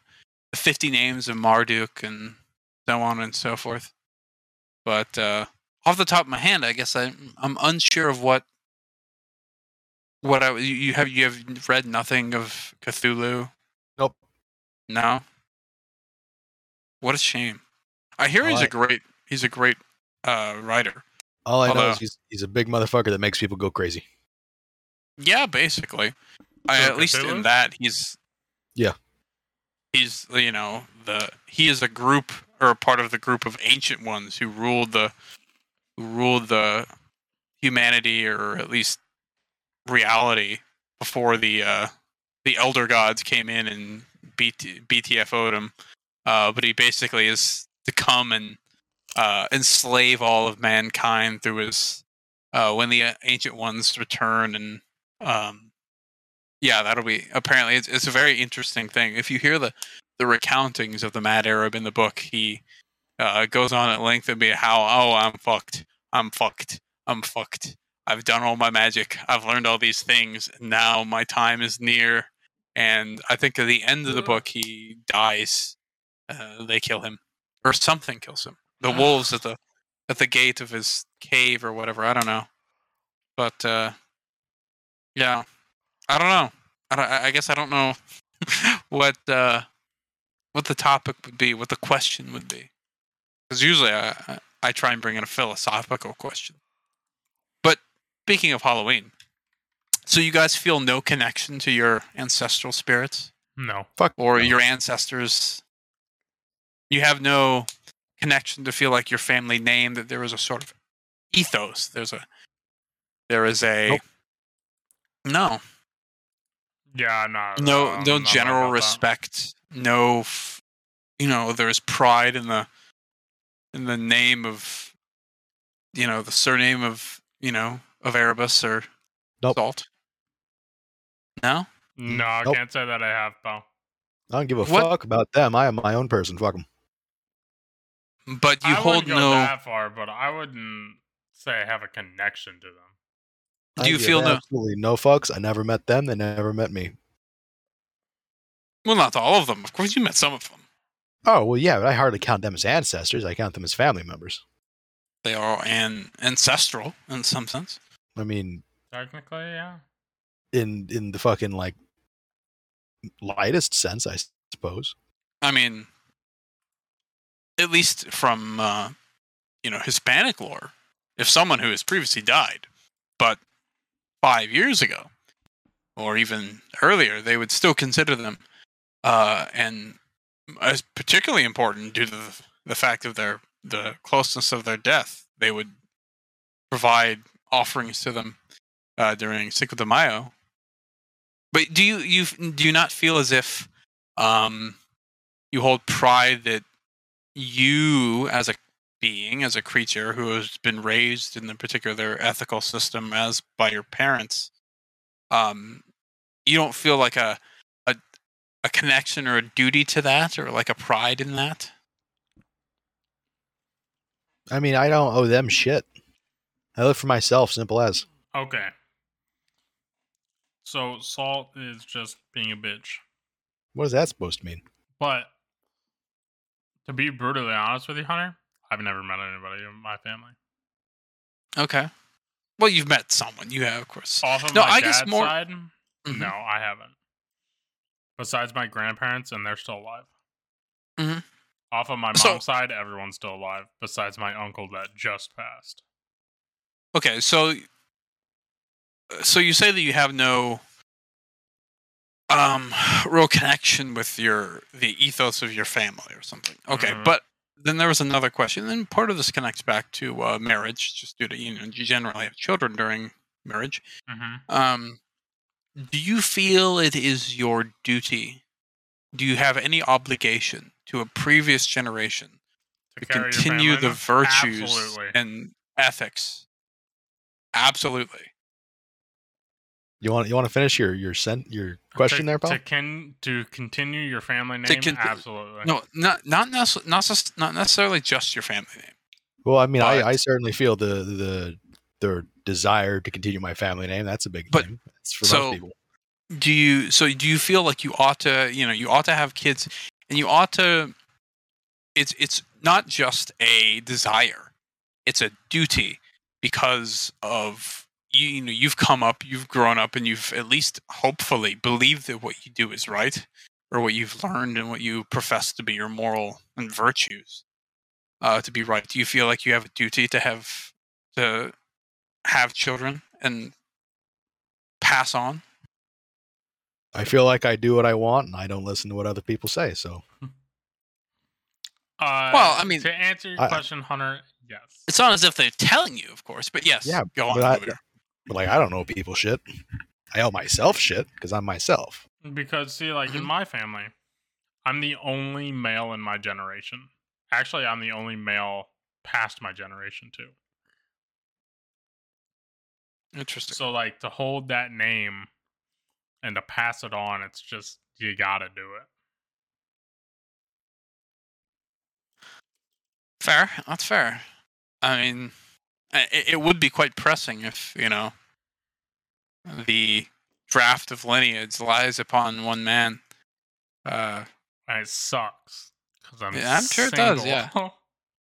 [SPEAKER 3] the fifty names of Marduk and so on and so forth. But uh, off the top of my hand, I guess I I'm unsure of what what I you- you have you have read nothing of Cthulhu.
[SPEAKER 2] Nope.
[SPEAKER 3] No. What a shame. I hear he's
[SPEAKER 2] Alright.
[SPEAKER 3] a great he's a great uh, writer.
[SPEAKER 2] All I know
[SPEAKER 3] Although-
[SPEAKER 2] is he's, he's a big motherfucker that makes people go crazy.
[SPEAKER 3] Yeah, basically. I,
[SPEAKER 1] So
[SPEAKER 3] at least in
[SPEAKER 1] Cthulhu?
[SPEAKER 3] that he's
[SPEAKER 2] Yeah.
[SPEAKER 3] He's you know the he is a group or a part of the group of ancient ones who ruled the who ruled the humanity or at least reality before the uh, the elder gods came in and BT, BTFO'd him. Uh, but he basically is to come and uh, enslave all of mankind through his uh, when the uh, ancient ones return and um, yeah, that'll be apparently it's, it's a very interesting thing. If you hear the the recountings of the mad Arab in the book, he uh, goes on at length and be how oh I'm fucked, I'm fucked, I'm fucked. I've done all my magic. I've learned all these things. Now my time is near, and I think at the end of the book he dies. Uh, they kill him, or something kills him. The wolves at the at the gate of his cave or whatever. I don't know, but uh, yeah, I don't know. I, don't, I I guess I don't know what uh, what the topic would be, what the question would be, because usually I I- I try and bring in a philosophical question. But speaking of Halloween, so you guys feel no connection to your ancestral spirits?
[SPEAKER 1] No.
[SPEAKER 3] or
[SPEAKER 2] No.
[SPEAKER 3] your ancestors. You have no connection to feel like your family name that there is a sort of ethos. There's a there is a
[SPEAKER 2] Nope.
[SPEAKER 3] no
[SPEAKER 1] Yeah. No.
[SPEAKER 3] no
[SPEAKER 1] um,
[SPEAKER 3] no
[SPEAKER 1] not
[SPEAKER 3] general
[SPEAKER 1] about that.
[SPEAKER 3] respect no f- you know there is pride in the in the name of you know the surname of you know of Erebus or
[SPEAKER 2] Nope.
[SPEAKER 3] Salt. No,
[SPEAKER 1] No, I
[SPEAKER 2] Nope.
[SPEAKER 1] can't say that I have, pal.
[SPEAKER 2] I don't give a
[SPEAKER 3] What-
[SPEAKER 2] fuck about them. I am my own person. Fuck them.
[SPEAKER 3] but you
[SPEAKER 1] I
[SPEAKER 3] hold
[SPEAKER 1] wouldn't go
[SPEAKER 3] no.
[SPEAKER 1] that far, but I wouldn't say I have a connection to them.
[SPEAKER 3] Do you feel no-
[SPEAKER 2] absolutely no fucks? I never met them. They never met me.
[SPEAKER 3] Well, not all of them. Of course, you met some of them.
[SPEAKER 2] Oh well, yeah, but I hardly count them as ancestors. I count them as family members.
[SPEAKER 3] they are an ancestral in some sense.
[SPEAKER 2] I mean,
[SPEAKER 1] Technically, yeah.
[SPEAKER 2] in in the fucking like lightest sense, I suppose.
[SPEAKER 3] I mean, at least from uh, you know Hispanic lore, if someone who has previously died, but five years ago, or even earlier, they would still consider them, uh, and as particularly important due to the, the fact of their the closeness of their death, they would provide offerings to them uh, during Cinco de Mayo. But do you you do you not feel as if um, you hold pride that you as a being as a creature who has been raised in the particular ethical system as by your parents um you don't feel like a a, a connection or a duty to that or like a pride in that
[SPEAKER 2] I mean, I don't owe them shit. I live for myself, simple as.
[SPEAKER 1] Okay. So Salt is just being a bitch.
[SPEAKER 2] What is that supposed to mean?
[SPEAKER 1] But to be brutally honest with you, Hunter, I've never met anybody in my family.
[SPEAKER 3] okay well you've met someone you have of course
[SPEAKER 1] Off of
[SPEAKER 3] No,
[SPEAKER 1] my
[SPEAKER 3] I
[SPEAKER 1] dad's
[SPEAKER 3] guess more-
[SPEAKER 1] side,
[SPEAKER 3] Mhm.
[SPEAKER 1] no, I haven't. Besides my grandparents, and they're still alive.
[SPEAKER 3] Mhm.
[SPEAKER 1] Off of my mom's
[SPEAKER 3] So-
[SPEAKER 1] side, everyone's still alive. Besides my uncle that just passed.
[SPEAKER 3] okay so so you say that you have no um real connection with your the ethos of your family or something okay
[SPEAKER 1] Mhm.
[SPEAKER 3] but then there was another question and part of this connects back to uh, marriage just due to you know you generally have children during marriage
[SPEAKER 1] Mm-hmm.
[SPEAKER 3] um do you feel it is your duty do you have any obligation to a previous generation to continue the virtues
[SPEAKER 1] Absolutely.
[SPEAKER 3] and ethics. Absolutely.
[SPEAKER 2] You want you want to finish your your sen- your question
[SPEAKER 1] to,
[SPEAKER 2] there, pal?
[SPEAKER 1] To, can, to continue your family name,
[SPEAKER 3] To conti-
[SPEAKER 1] absolutely.
[SPEAKER 3] No, not not necessarily not, sus- not necessarily just your family name.
[SPEAKER 2] Well, I mean, I,
[SPEAKER 3] But-
[SPEAKER 2] I certainly feel the the the desire to continue my family name. That's a big
[SPEAKER 3] But-
[SPEAKER 2] thing. It's for
[SPEAKER 3] so-
[SPEAKER 2] most people.
[SPEAKER 3] Do you so do you feel like you ought to, you know, you ought to have kids and you ought to it's it's not just a desire. It's a duty because of you, you know, you've come up, you've grown up and you've at least hopefully believed that what you do is right or what you've learned and what you profess to be your moral and virtues. uh, to be right? Do you feel like you have a duty to have to have children and pass on?
[SPEAKER 2] I feel like I do what I want, and I don't listen to what other people say. So
[SPEAKER 1] Uh,
[SPEAKER 3] Well, I mean-
[SPEAKER 1] to answer your
[SPEAKER 2] I-
[SPEAKER 1] question, Hunter, yes.
[SPEAKER 3] It's not as if they're telling you, of course, but yes.
[SPEAKER 2] Yeah,
[SPEAKER 3] go on.
[SPEAKER 2] but I-
[SPEAKER 3] Lumir.
[SPEAKER 2] But like, I don't know people shit. I owe myself shit because I'm myself.
[SPEAKER 1] Because see, like in
[SPEAKER 3] Mhm.
[SPEAKER 1] my family, I'm the only male in my generation. Actually, I'm the only male past my generation too.
[SPEAKER 3] Interesting.
[SPEAKER 1] So like to hold that name and to pass it on, it's just you gotta do it.
[SPEAKER 3] fair. That's fair. I mean, I- it, it would be quite pressing if you know the draft of lineage lies upon one man. Uh,
[SPEAKER 1] And it sucks because I'm
[SPEAKER 3] Yeah, I'm sure it does,
[SPEAKER 1] single.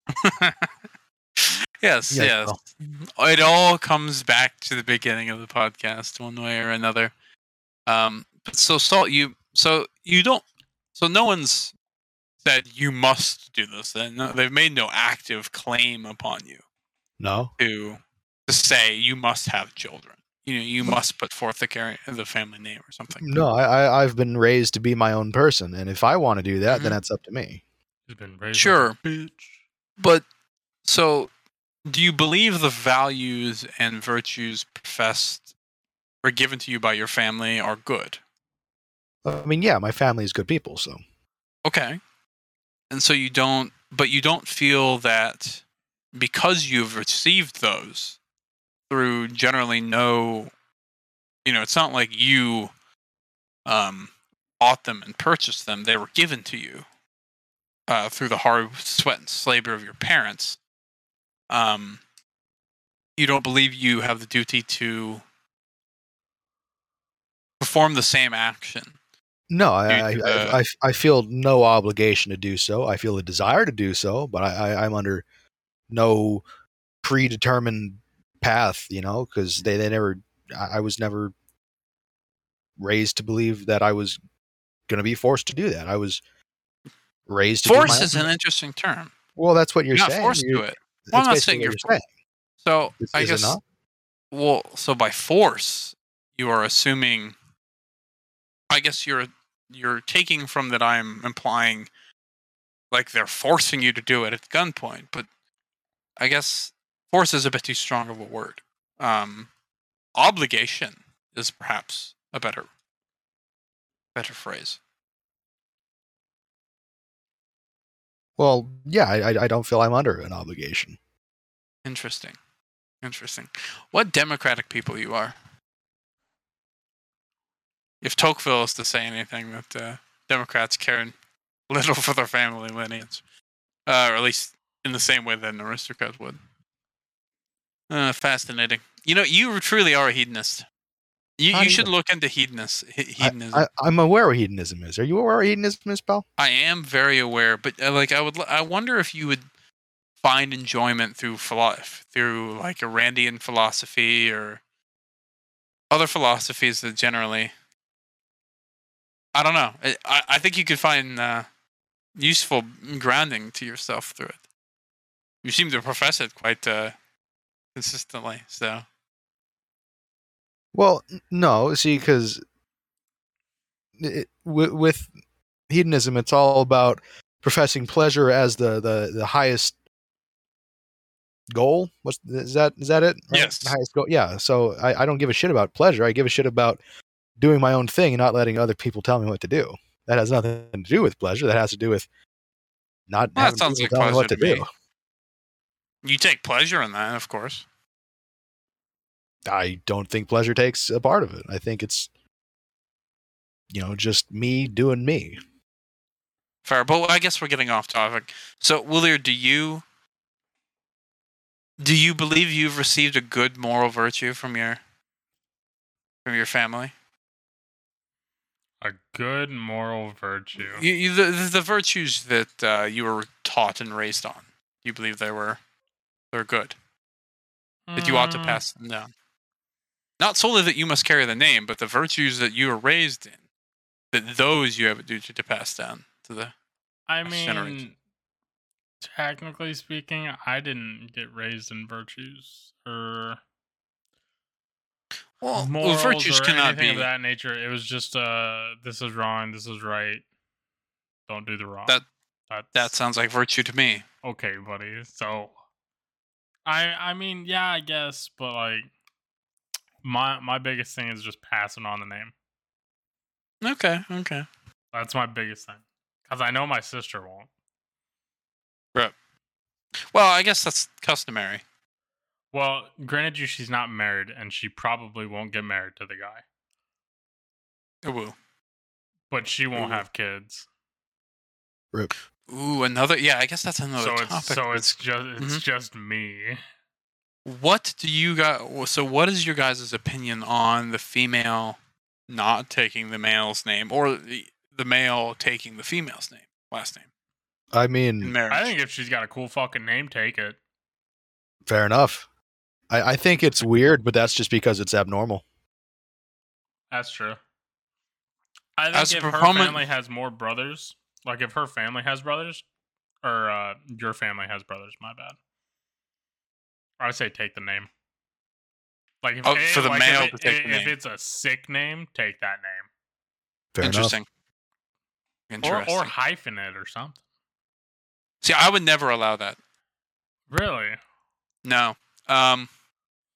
[SPEAKER 3] yes,
[SPEAKER 2] Yeah,
[SPEAKER 3] yes.
[SPEAKER 2] well.
[SPEAKER 3] It all comes back to the beginning of the podcast, one way or another. Um, but so salt you, so you don't, so no one's said you must do this. Then no, they've made no active claim upon you
[SPEAKER 2] No,
[SPEAKER 3] to to say you must have children. You know, you must put forth the car- the family name or something.
[SPEAKER 2] no. I, I I've been raised to be my own person, and if I want to do that, then
[SPEAKER 3] Mhm.
[SPEAKER 2] that's up to me.
[SPEAKER 1] He's been raised like a
[SPEAKER 3] Sure.
[SPEAKER 1] bitch.
[SPEAKER 3] But so, do you believe the values and virtues professed or given to you by your family are good?
[SPEAKER 2] I mean, yeah, my family is good people, so
[SPEAKER 3] Okay. And so you don't, but you don't feel that because you've received those through generally no, you know, it's not like you um, bought them and purchased them. They were given to you uh, through the hard sweat and labor of your parents. Um, you don't believe you have the duty to perform the same action
[SPEAKER 2] No, I, I,
[SPEAKER 3] Due to the-
[SPEAKER 2] I, I, I feel no obligation to do so. I feel a desire to do so, but I, I, I'm under no predetermined path, you know, because they, they never, I, I was never raised to believe that I was going to be forced to do that. I was raised to do
[SPEAKER 3] Force
[SPEAKER 2] my
[SPEAKER 3] is
[SPEAKER 2] own-
[SPEAKER 3] an interesting term.
[SPEAKER 2] well. That's what you're
[SPEAKER 3] You're, not
[SPEAKER 2] saying.
[SPEAKER 3] forced
[SPEAKER 2] You're-
[SPEAKER 3] to it.
[SPEAKER 2] that's
[SPEAKER 3] Well, I'm not
[SPEAKER 2] basically
[SPEAKER 3] saying
[SPEAKER 2] what
[SPEAKER 3] you're
[SPEAKER 2] saying.
[SPEAKER 3] So
[SPEAKER 2] This
[SPEAKER 3] I
[SPEAKER 2] is
[SPEAKER 3] guess
[SPEAKER 2] enough.
[SPEAKER 3] well, so by force, you are assuming. I guess you're you're taking from that I'm implying, like they're forcing you to do it at gunpoint. But I guess force is a bit too strong of a word. Um, obligation is perhaps a better better phrase.
[SPEAKER 2] Well, yeah, I, I- I don't feel I'm under an obligation.
[SPEAKER 3] Interesting, interesting. What democratic people you are? If Tocqueville is to say anything, that uh, Democrats care little for their family lineage, uh, or at least in the same way that an aristocrat would. Uh, fascinating. You know, you truly are a hedonist. You,
[SPEAKER 2] I'm-
[SPEAKER 3] you should look into hedonist, he-
[SPEAKER 2] I,
[SPEAKER 3] hedonism.
[SPEAKER 2] I, I'm aware what hedonism is. Are you aware what hedonism is, pal?
[SPEAKER 3] I am very aware, but uh, like I would, l- I wonder if you would find enjoyment through philo- through like a Randian philosophy or other philosophies that generally, I don't know. I- I, I think you could find uh, useful grounding to yourself through it. You seem to profess it quite uh, consistently, so
[SPEAKER 2] Well, n- no. See, because with, with hedonism, it's all about professing pleasure as the, the, the highest goal. What's is that? Is that it?
[SPEAKER 3] Yes.
[SPEAKER 2] The highest goal. Yeah. So I, I don't give a shit about pleasure. I give a shit about doing my own thing and not letting other people tell me what to do. That has nothing to do with pleasure. That has to do with not
[SPEAKER 3] Well, that
[SPEAKER 2] having
[SPEAKER 3] sounds
[SPEAKER 2] people
[SPEAKER 3] like
[SPEAKER 2] tell me what to
[SPEAKER 3] pleasure to me.
[SPEAKER 2] do.
[SPEAKER 3] you take pleasure in that, of course.
[SPEAKER 2] I don't think pleasure takes a part of it. I think it's you know just me doing me.
[SPEAKER 3] Fair, but I guess we're getting off topic. So, Willier, do you do you believe you've received a good moral virtue from your from your family?
[SPEAKER 1] A good moral virtue.
[SPEAKER 3] You, you, the, the the virtues that uh, you were taught and raised on, do you believe they were they're good that you ought to
[SPEAKER 1] Mm,
[SPEAKER 3] pass them down. Not solely that you must carry the name, but the virtues that you were raised in, that those you have a duty to pass down to the.
[SPEAKER 1] Mm, I
[SPEAKER 3] next
[SPEAKER 1] mean,
[SPEAKER 3] generation.
[SPEAKER 1] technically speaking, I didn't get raised in virtues or
[SPEAKER 3] Well,
[SPEAKER 1] morals
[SPEAKER 3] virtues
[SPEAKER 1] or
[SPEAKER 3] cannot
[SPEAKER 1] anything of
[SPEAKER 3] be
[SPEAKER 1] that nature. It was just uh, this is wrong, this is right. Don't do the wrong.
[SPEAKER 3] That-
[SPEAKER 1] that's,
[SPEAKER 3] That sounds like virtue to me.
[SPEAKER 1] okay, buddy. So, I I mean, yeah, I guess, but like, my my biggest thing is just passing on the name.
[SPEAKER 3] Okay, okay.
[SPEAKER 1] That's my biggest thing, because I know my sister won't.
[SPEAKER 3] Well, I guess that's customary.
[SPEAKER 1] Well, granted, you she's not married, and she probably won't get married to the guy,
[SPEAKER 3] Ooh.
[SPEAKER 1] but she won't
[SPEAKER 3] Ooh.
[SPEAKER 1] have kids.
[SPEAKER 3] Ooh, another. Yeah, I guess that's another
[SPEAKER 1] so
[SPEAKER 3] Oh, topic.
[SPEAKER 1] it's so it's just it's
[SPEAKER 3] Mhm.
[SPEAKER 1] just me.
[SPEAKER 3] what do you got? So, what is your guys' opinion on the female not taking the male's name, or the, the male taking the female's name, last name
[SPEAKER 2] I
[SPEAKER 3] in
[SPEAKER 2] mean,
[SPEAKER 3] marriage?
[SPEAKER 1] I think if she's got a cool fucking name, take it.
[SPEAKER 2] fair enough. I, I think it's weird, but that's just because it's abnormal.
[SPEAKER 1] That's true. I think
[SPEAKER 3] As a
[SPEAKER 1] if her
[SPEAKER 3] proponent-
[SPEAKER 1] family has more brothers, like if her family has brothers, or uh, your family has brothers, my bad. I say take the name. Like if
[SPEAKER 3] Oh,
[SPEAKER 1] eh,
[SPEAKER 3] for the
[SPEAKER 1] like
[SPEAKER 3] male
[SPEAKER 1] if,
[SPEAKER 3] to
[SPEAKER 1] it-
[SPEAKER 3] take the
[SPEAKER 1] if
[SPEAKER 3] name.
[SPEAKER 1] it's a sick name, take that name,
[SPEAKER 2] Fair enough.
[SPEAKER 3] Interesting.
[SPEAKER 1] or
[SPEAKER 3] Interesting.
[SPEAKER 1] or hyphen it or something.
[SPEAKER 3] See, I would never allow that.
[SPEAKER 1] Really?
[SPEAKER 3] No. Um,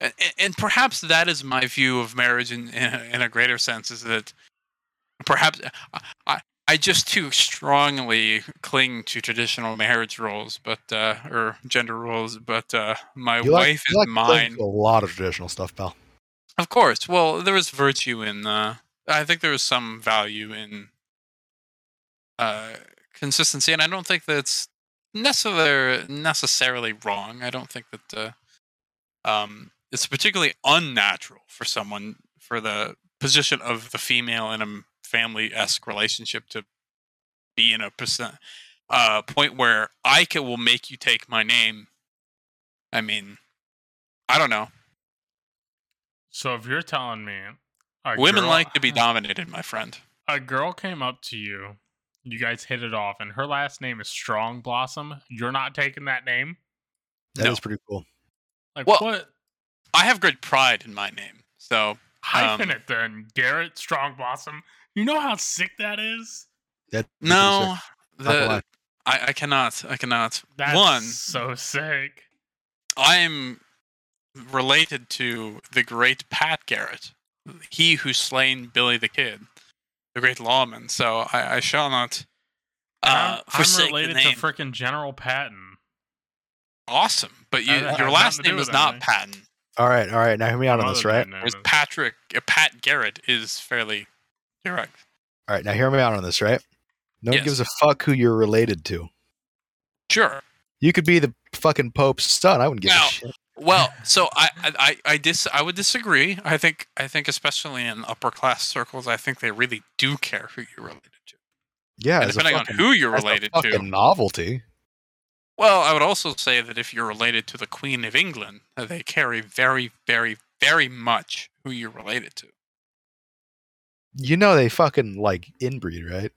[SPEAKER 3] and, and perhaps that is my view of marriage in, in, a, in a greater sense is that perhaps I, I just too strongly cling to traditional marriage roles, but, uh, or gender roles, but, uh, my
[SPEAKER 2] You like-
[SPEAKER 3] wife
[SPEAKER 2] you like
[SPEAKER 3] is
[SPEAKER 2] to
[SPEAKER 3] mine.
[SPEAKER 2] play with A lot of traditional stuff, pal.
[SPEAKER 3] Of course. Well, there was virtue in. Uh, I think there was some value in uh, consistency, and I don't think that's necessarily necessarily wrong. I don't think that uh, um, it's particularly unnatural for someone for the position of the female in a family esque relationship to be in a percent uh, point where I ca- will make you take my name. I mean, I don't know.
[SPEAKER 1] So if you're telling me A
[SPEAKER 3] Women
[SPEAKER 1] girl-
[SPEAKER 3] like to be dominated, my friend.
[SPEAKER 1] A girl came up to you. You guys hit it off, and her last name is Strong Blossom. You're not taking that name.
[SPEAKER 2] That is
[SPEAKER 3] No.
[SPEAKER 2] pretty cool.
[SPEAKER 1] Like
[SPEAKER 3] Well-
[SPEAKER 1] what?
[SPEAKER 3] I have great pride in my name, so
[SPEAKER 1] Hyphen
[SPEAKER 3] Um,
[SPEAKER 1] it then, Garrett Strong Blossom. You know how sick that is.
[SPEAKER 2] That
[SPEAKER 3] no,
[SPEAKER 2] Not gonna
[SPEAKER 3] the
[SPEAKER 2] lie.
[SPEAKER 3] I, I cannot, I cannot.
[SPEAKER 1] That's
[SPEAKER 3] One,
[SPEAKER 1] so sick.
[SPEAKER 3] I'm related to the great Pat Garrett, he who slain Billy the Kid, the great lawman. So I, I shall not
[SPEAKER 1] And
[SPEAKER 3] uh,
[SPEAKER 1] I'm, I'm
[SPEAKER 3] forsake
[SPEAKER 1] related
[SPEAKER 3] the name.
[SPEAKER 1] to frickin' General Patton.
[SPEAKER 3] awesome, but you,
[SPEAKER 1] That has
[SPEAKER 3] your
[SPEAKER 1] nothing
[SPEAKER 3] last
[SPEAKER 1] to do
[SPEAKER 3] name is
[SPEAKER 1] with
[SPEAKER 3] not
[SPEAKER 1] anything.
[SPEAKER 3] Patton.
[SPEAKER 2] all right, all right. Now hear me out on this,
[SPEAKER 1] Mother
[SPEAKER 2] right?
[SPEAKER 1] didn't know
[SPEAKER 3] Whereas
[SPEAKER 1] this.
[SPEAKER 3] Patrick, uh, Pat Garrett is fairly direct.
[SPEAKER 2] All right, now hear me out on this, right? No
[SPEAKER 3] Yes.
[SPEAKER 2] one gives a fuck who you're related to.
[SPEAKER 3] Sure.
[SPEAKER 2] You could be the fucking Pope's son. I wouldn't give
[SPEAKER 3] No.
[SPEAKER 2] a shit.
[SPEAKER 3] Well, so I I I- I dis I would disagree. I think I think especially in upper class circles, I think they really do care who you're related to.
[SPEAKER 2] Yeah,
[SPEAKER 3] And
[SPEAKER 2] as a
[SPEAKER 3] depending
[SPEAKER 2] fucking-
[SPEAKER 3] on who you're
[SPEAKER 2] as a
[SPEAKER 3] related
[SPEAKER 2] fucking
[SPEAKER 3] to.
[SPEAKER 2] Novelty.
[SPEAKER 3] Well, I would also say that if you're related to the Queen of England, uh, they carry very very very much who you're related to.
[SPEAKER 2] You know they fucking like inbreed, right?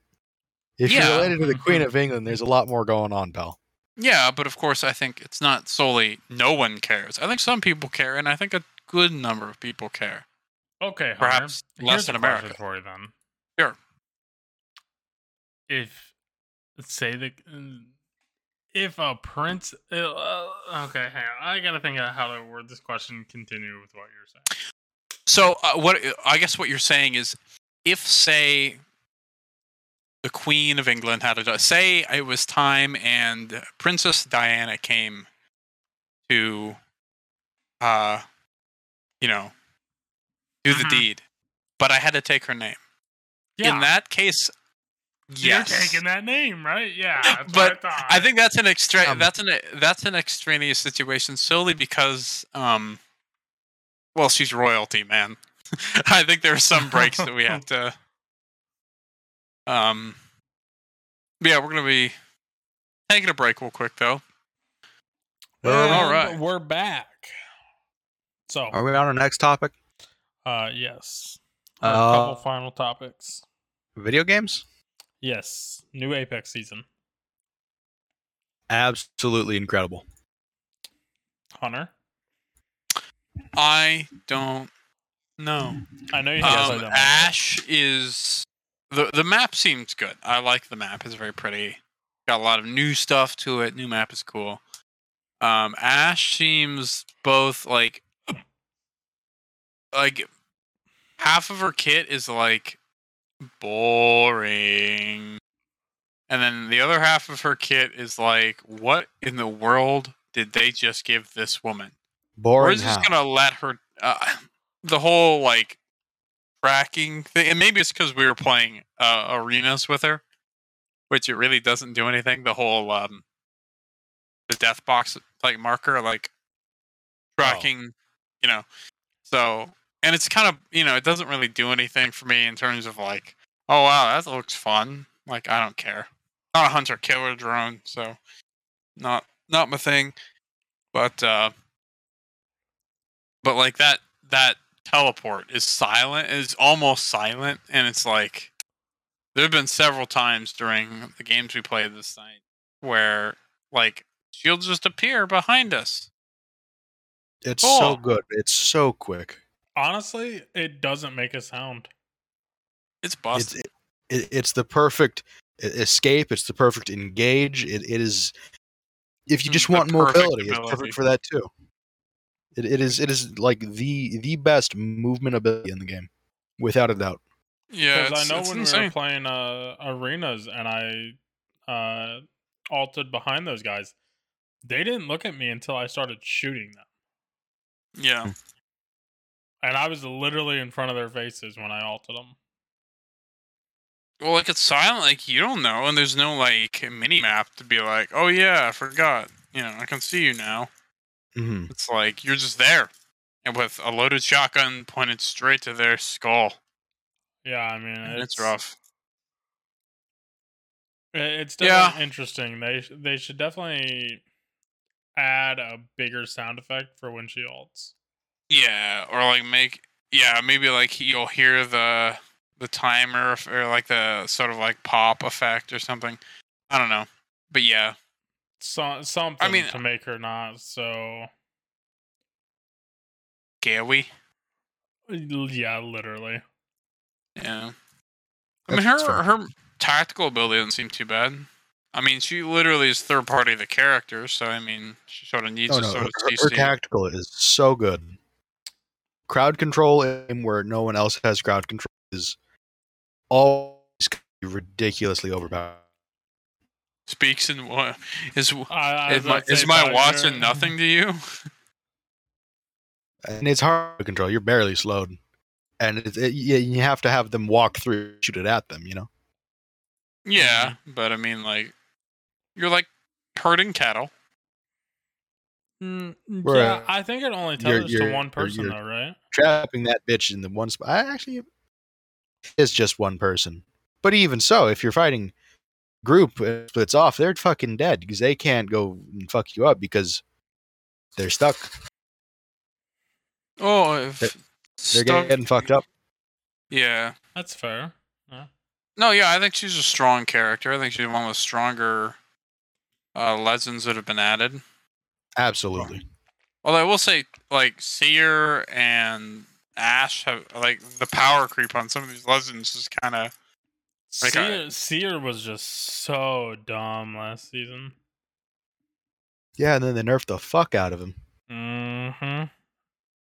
[SPEAKER 2] If
[SPEAKER 3] Yeah.
[SPEAKER 2] you're related to the Queen of England, there's a lot more going on, pal.
[SPEAKER 3] Yeah, but of course, I think it's not solely no one cares. I think some people care, and I think a good number of people care.
[SPEAKER 1] Okay, Hunter,
[SPEAKER 3] Perhaps less
[SPEAKER 1] here's
[SPEAKER 3] than
[SPEAKER 1] a question
[SPEAKER 3] America.
[SPEAKER 1] For you then.
[SPEAKER 3] Sure.
[SPEAKER 1] If say the if a prince, uh, uh, okay, hang on. I gotta think of how to word this question. Continue with what you're saying.
[SPEAKER 3] So uh, what I guess what you're saying is, if say the Queen of England had a say, it was time and Princess Diana came to, uh, you know, do the
[SPEAKER 1] Mhm.
[SPEAKER 3] deed, but I had to take her name.
[SPEAKER 1] Yeah,
[SPEAKER 3] In that case, yes,
[SPEAKER 1] you're taking that name, right? Yeah, that's
[SPEAKER 3] But
[SPEAKER 1] what I, thought.
[SPEAKER 3] I think that's an extra.
[SPEAKER 2] Um,
[SPEAKER 3] that's an that's an extraneous situation solely because, um, well, she's royalty, man. I think there are some breaks that we have to. Um, yeah, we're gonna be taking a break real quick though.
[SPEAKER 2] We're
[SPEAKER 1] And
[SPEAKER 3] all right.
[SPEAKER 1] We're back. So,
[SPEAKER 2] Are we on our next topic?
[SPEAKER 1] uh, yes, a
[SPEAKER 2] Uh,
[SPEAKER 1] couple final topics.
[SPEAKER 2] video games?
[SPEAKER 1] Yes, new Apex season.
[SPEAKER 2] Absolutely incredible.
[SPEAKER 1] Hunter,
[SPEAKER 3] I don't know.
[SPEAKER 1] I know you have
[SPEAKER 3] Um, Ash is the the map seems good. I like the map. It's very pretty. Got a lot of new stuff to it. New map is cool. Um, Ash seems both like like half of her kit is like boring, and then the other half of her kit is like, what in the world did they just give this woman?
[SPEAKER 2] Boring.
[SPEAKER 3] We're just
[SPEAKER 2] how?
[SPEAKER 3] gonna let her. Uh, the whole like tracking thing, and maybe it's because we were playing uh, arenas with her, which it really doesn't do anything. The whole um, the death box like marker, like tracking, you know. So, and it's kind of you know, it doesn't really do anything for me in terms of like, oh wow, that looks fun. Like I don't care. Not a hunter killer drone, so not not my thing. But uh but like that that teleport is silent is almost silent and it's like there have been several times during the games we played this night where like she'll just appear behind us
[SPEAKER 2] It's
[SPEAKER 3] Cool.
[SPEAKER 2] so good. It's so quick.
[SPEAKER 1] Honestly, it doesn't make a sound.
[SPEAKER 3] it's
[SPEAKER 2] It's
[SPEAKER 3] busted
[SPEAKER 2] it, it, it's the perfect e- escape. It's the perfect engage. It, it is. If you
[SPEAKER 3] Mm,
[SPEAKER 2] just
[SPEAKER 3] the
[SPEAKER 2] want
[SPEAKER 3] perfect
[SPEAKER 2] mobility, it's
[SPEAKER 3] ability.
[SPEAKER 2] perfect for that too. It, it is. It is like the the best movement ability in the game, without a doubt.
[SPEAKER 3] yeah
[SPEAKER 1] Because
[SPEAKER 3] it's,
[SPEAKER 1] I know
[SPEAKER 3] it's
[SPEAKER 1] when we were
[SPEAKER 3] insane
[SPEAKER 1] playing uh, arenas and I uh, altered behind those guys, they didn't look at me until I started shooting them,
[SPEAKER 3] yeah
[SPEAKER 1] and I was literally in front of their faces when I altered them.
[SPEAKER 3] well like it's silent like you don't know and there's no like mini map to be like oh yeah i forgot you know i can see you now
[SPEAKER 2] Mm-hmm.
[SPEAKER 3] it's like you're just there and with a loaded shotgun pointed straight to their skull
[SPEAKER 1] Yeah, I mean
[SPEAKER 3] and it's rough
[SPEAKER 1] i- It's
[SPEAKER 3] Yeah.
[SPEAKER 1] definitely interesting. They sh- they should definitely add a bigger sound effect for when she alts.
[SPEAKER 3] Yeah, or like make yeah, maybe like you'll hear the the timer f- or like the sort of like pop effect or something. I don't know, but yeah,
[SPEAKER 1] So, something
[SPEAKER 3] mean-
[SPEAKER 1] to make her not so.
[SPEAKER 3] Gawi.
[SPEAKER 1] Yeah, literally.
[SPEAKER 3] Yeah, I
[SPEAKER 2] That's-
[SPEAKER 3] mean
[SPEAKER 2] that's fair.
[SPEAKER 3] her her tactical ability doesn't seem too bad. I mean, she literally is third party of the character, so I mean, she sort of needs
[SPEAKER 2] Oh,
[SPEAKER 3] to
[SPEAKER 2] no,
[SPEAKER 3] sort
[SPEAKER 2] her,
[SPEAKER 3] of
[SPEAKER 2] her- her
[SPEAKER 3] CC.
[SPEAKER 2] tactical is so good. Crowd control aim where no one else has crowd control is always ridiculously overpowered.
[SPEAKER 3] speaks in what is is
[SPEAKER 1] I, I was
[SPEAKER 3] my,
[SPEAKER 1] about to
[SPEAKER 3] is
[SPEAKER 1] say, Mm-hmm.
[SPEAKER 3] my
[SPEAKER 1] Tyler,
[SPEAKER 3] watch
[SPEAKER 1] you're-
[SPEAKER 3] and nothing to you?
[SPEAKER 2] and it's hard to control. You're barely slowed, and it, it, you you have to have them walk through, shoot it at them. You know,
[SPEAKER 3] Yeah, but I mean, like, you're like herding cattle.
[SPEAKER 1] Mm, yeah,
[SPEAKER 2] Whereas
[SPEAKER 1] I think it only
[SPEAKER 2] you're-
[SPEAKER 1] tells to
[SPEAKER 2] you're-
[SPEAKER 1] one
[SPEAKER 2] or
[SPEAKER 1] person
[SPEAKER 2] you're-
[SPEAKER 1] though, right?
[SPEAKER 2] trapping that bitch in the one spot. I actually, it's just one person. But even so, if you're fighting group uh, splits off, they're fucking dead because they can't go and fuck you up because they're stuck.
[SPEAKER 3] Oh, if
[SPEAKER 2] They're- They're
[SPEAKER 3] stuff-
[SPEAKER 2] getting fucked up.
[SPEAKER 3] Yeah.
[SPEAKER 1] That's fair.
[SPEAKER 3] No, yeah, I think she's a strong character. I think she's one of the stronger uh, legends that have been added.
[SPEAKER 2] Absolutely.
[SPEAKER 3] Although I will say, like, Seer and Ash have, like, the power creep on some of these legends is kind of. Like, I-
[SPEAKER 1] Seer, Seer was just so dumb last season.
[SPEAKER 2] Yeah, and then they nerfed the fuck out of him.
[SPEAKER 1] Mm-hmm.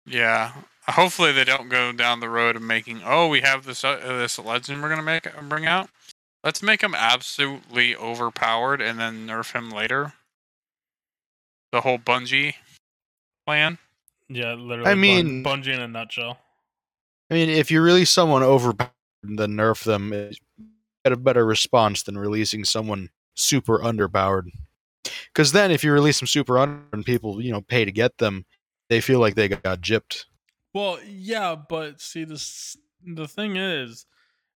[SPEAKER 3] Yeah. Hopefully they don't go down the road of making. Oh, we have this uh, this legend we're gonna make uh, bring out. Let's make him absolutely overpowered and then nerf him later. The whole Bungie plan.
[SPEAKER 1] Yeah, literally. Bun-
[SPEAKER 2] mean-
[SPEAKER 1] Bungie in a nutshell.
[SPEAKER 2] I mean, if you release someone overpowered, then nerf them. it- Get a better response than releasing someone super underpowered. Because then, if you release them super under and people, you know, pay to get them, they feel like they got gypped.
[SPEAKER 1] Well, yeah, but see, this the thing is,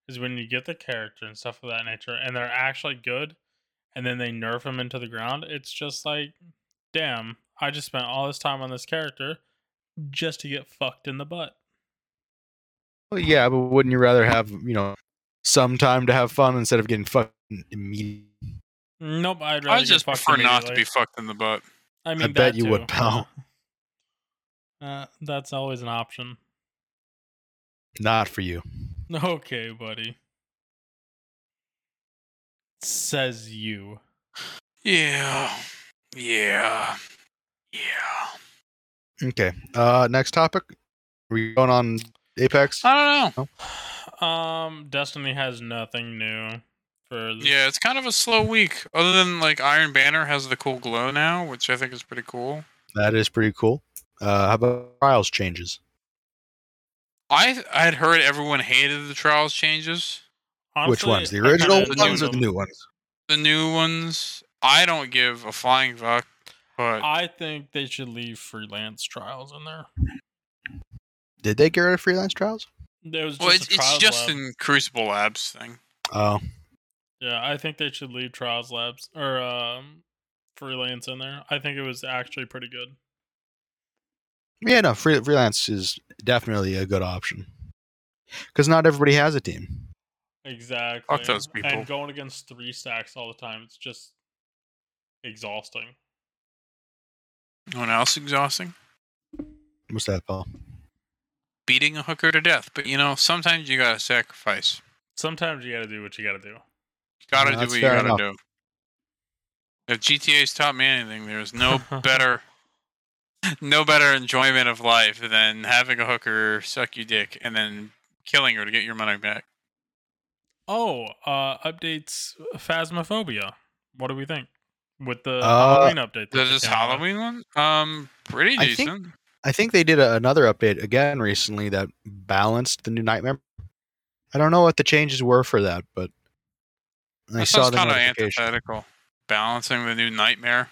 [SPEAKER 1] is when you get the character and stuff of that nature, and they're actually good, and then they nerf them into the ground. It's just like, damn, I just spent all this time on this character just to get fucked in the butt.
[SPEAKER 2] Well, yeah, but wouldn't you rather have you know some time to have fun instead of getting fucking immediately?
[SPEAKER 1] Nope, I'd rather
[SPEAKER 3] I just prefer not to be fucked in the butt.
[SPEAKER 1] I mean,
[SPEAKER 2] I bet
[SPEAKER 1] that
[SPEAKER 2] you would,
[SPEAKER 1] too.
[SPEAKER 2] pal.
[SPEAKER 1] Uh, that's always an option.
[SPEAKER 2] Not for you.
[SPEAKER 1] Okay, buddy. Says you.
[SPEAKER 3] Yeah. Yeah. Yeah.
[SPEAKER 2] Okay. Uh, next topic. we going on Apex?
[SPEAKER 3] I don't know.
[SPEAKER 1] Um, Destiny has nothing new for the
[SPEAKER 3] Yeah, it's kind of a slow week. Other than like Iron Banner has the cool glow now, which I think is pretty cool.
[SPEAKER 2] That is pretty cool. Uh, how about trials changes?
[SPEAKER 3] I I had heard everyone hated the trials changes.
[SPEAKER 2] Which
[SPEAKER 1] Honestly,
[SPEAKER 2] ones? The
[SPEAKER 1] I kinda
[SPEAKER 2] original
[SPEAKER 1] enjoyed
[SPEAKER 2] ones or the
[SPEAKER 1] them.
[SPEAKER 2] new ones?
[SPEAKER 3] The new ones, I don't give a flying fuck. But
[SPEAKER 1] I think they should leave freelance trials in there.
[SPEAKER 2] Did they get rid of freelance trials?
[SPEAKER 1] There was just
[SPEAKER 3] well, it's,
[SPEAKER 1] a trials
[SPEAKER 3] it's just
[SPEAKER 1] lab.
[SPEAKER 3] in Crucible Labs thing.
[SPEAKER 2] Oh,
[SPEAKER 1] Yeah, I think they should leave trials labs or um freelance in there. I think it was actually pretty good.
[SPEAKER 2] yeah, no. Free, freelance is definitely a good option because not everybody has a team.
[SPEAKER 1] Exactly.
[SPEAKER 3] those people.
[SPEAKER 1] And going against three stacks all the time, it's just exhausting.
[SPEAKER 3] No one else exhausting?
[SPEAKER 2] What's that, Paul?
[SPEAKER 3] Beating a hooker to death. But you know, sometimes you gotta sacrifice.
[SPEAKER 1] Sometimes you got to do what you got to do.
[SPEAKER 3] You gotta
[SPEAKER 2] Yeah,
[SPEAKER 3] do
[SPEAKER 2] that's
[SPEAKER 3] what you
[SPEAKER 2] fair
[SPEAKER 3] gotta
[SPEAKER 2] enough.
[SPEAKER 3] do. If GTA's taught me anything, there's no better no better enjoyment of life than having a hooker suck your dick and then killing her to get your money back.
[SPEAKER 1] Oh, uh updates Phasmophobia. What do we think with the
[SPEAKER 2] Uh,
[SPEAKER 1] Halloween update? that
[SPEAKER 3] Does
[SPEAKER 1] they
[SPEAKER 3] this
[SPEAKER 1] came out with?
[SPEAKER 3] Halloween one? Um pretty
[SPEAKER 2] I think-
[SPEAKER 3] decent.
[SPEAKER 2] I think they did a, another update again recently that balanced the new nightmare. I don't know what the changes were for that, but I
[SPEAKER 3] That
[SPEAKER 2] saw
[SPEAKER 3] sounds
[SPEAKER 2] the
[SPEAKER 3] kind of
[SPEAKER 2] notification.
[SPEAKER 3] antithetical. Balancing the new nightmare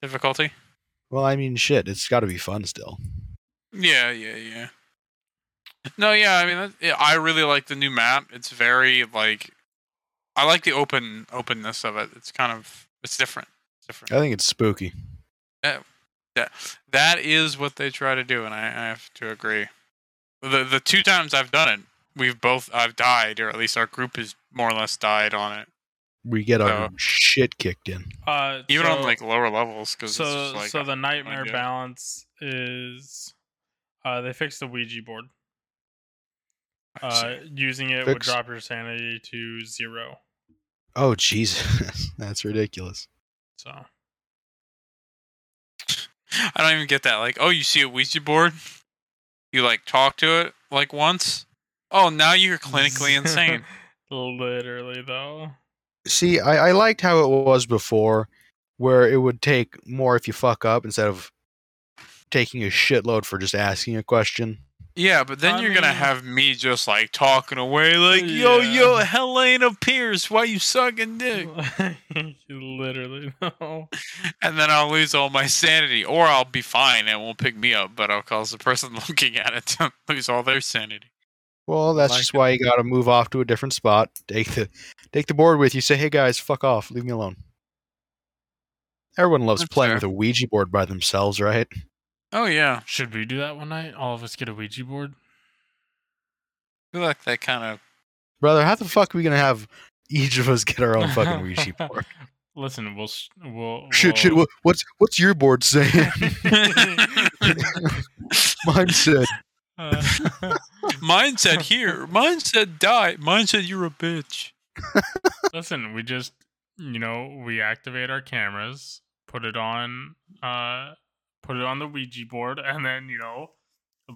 [SPEAKER 3] difficulty.
[SPEAKER 2] Well, I mean, shit, it's got to be fun still.
[SPEAKER 3] Yeah, yeah, yeah. No, yeah. I mean, that, yeah, I really like the new map. It's very like, I like the open openness of it. It's kind of it's different.
[SPEAKER 2] I
[SPEAKER 3] It's different.
[SPEAKER 2] think it's spooky.
[SPEAKER 3] That is what they try to do, and I, I have to agree. the the two times I've done it, we've both I've died, or at least our group has more or less died on it,
[SPEAKER 2] We get our
[SPEAKER 3] So-
[SPEAKER 2] shit kicked in.
[SPEAKER 1] Uh,
[SPEAKER 3] even on
[SPEAKER 1] so-
[SPEAKER 3] like lower levels. Because
[SPEAKER 1] so
[SPEAKER 3] it's just like,
[SPEAKER 1] so the nightmare
[SPEAKER 3] idea.
[SPEAKER 1] balance is uh they fixed the ouija board
[SPEAKER 3] I see.
[SPEAKER 1] uh using it would
[SPEAKER 2] Fixed?
[SPEAKER 1] drop your sanity to zero
[SPEAKER 2] Oh Jesus, that's ridiculous.
[SPEAKER 1] so
[SPEAKER 3] I don't even get that. Like, oh, you see a Ouija board? You like talk to it like once? Oh, now you're clinically insane.
[SPEAKER 1] literally though
[SPEAKER 2] See, I, I liked how it was before, where it would take more if you fuck up instead of taking a shitload for just asking a question.
[SPEAKER 3] Yeah, but then
[SPEAKER 1] I
[SPEAKER 3] you're gonna
[SPEAKER 1] mean-
[SPEAKER 3] have me just like talking away, like, yo,
[SPEAKER 1] Yeah.
[SPEAKER 3] yo, Helena Pierce, why you sucking dick?
[SPEAKER 1] literally though
[SPEAKER 3] And then I'll lose all my sanity, or I'll be fine and it won't pick me up, but I'll cause the person looking at it to lose all their sanity.
[SPEAKER 2] Well, that's
[SPEAKER 3] Like
[SPEAKER 2] just
[SPEAKER 3] it.
[SPEAKER 2] why you got to move off to a different spot. Take the take the board with you. Say, "Hey guys, fuck off. Leave me alone." Everyone loves
[SPEAKER 3] That's
[SPEAKER 2] playing
[SPEAKER 3] fair.
[SPEAKER 2] with a Ouija board by themselves, right?
[SPEAKER 3] Oh yeah,
[SPEAKER 1] should we do that one night all of us get a ouija board
[SPEAKER 3] I feel like that kind of
[SPEAKER 2] Brother, how the fuck are we gonna have each of us get our own fucking Ouija board?
[SPEAKER 1] listen we'll s- we'll
[SPEAKER 2] shit, shit.
[SPEAKER 1] we'll-
[SPEAKER 2] What, what's what's your board saying? Mine said,
[SPEAKER 1] Uh,
[SPEAKER 3] mine said here, mine said die, mine said you're a bitch.
[SPEAKER 1] Listen, we just you know we activate our cameras, put it on, uh, put it on the Ouija board, and then you know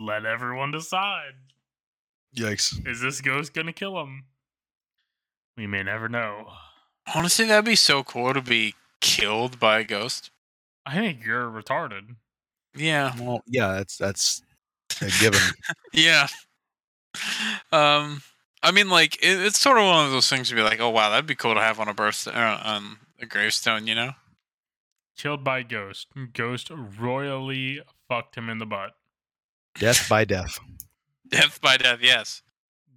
[SPEAKER 1] let everyone decide:
[SPEAKER 2] "Yikes."
[SPEAKER 1] is this ghost gonna kill him? We may never know.
[SPEAKER 3] Honestly, that'd be so cool to be killed by a ghost.
[SPEAKER 1] I think you're retarded.
[SPEAKER 3] Yeah.
[SPEAKER 2] Well, yeah, that's that's uh, a given.
[SPEAKER 3] Yeah. Um, I mean, like it, it's sort of one of those things to be like, oh wow, that'd be cool to have on a birthstone, uh, on a gravestone, you know?
[SPEAKER 1] Killed by ghost. Ghost royally fucked him in the butt.
[SPEAKER 2] death by death.
[SPEAKER 3] Death by death, yes.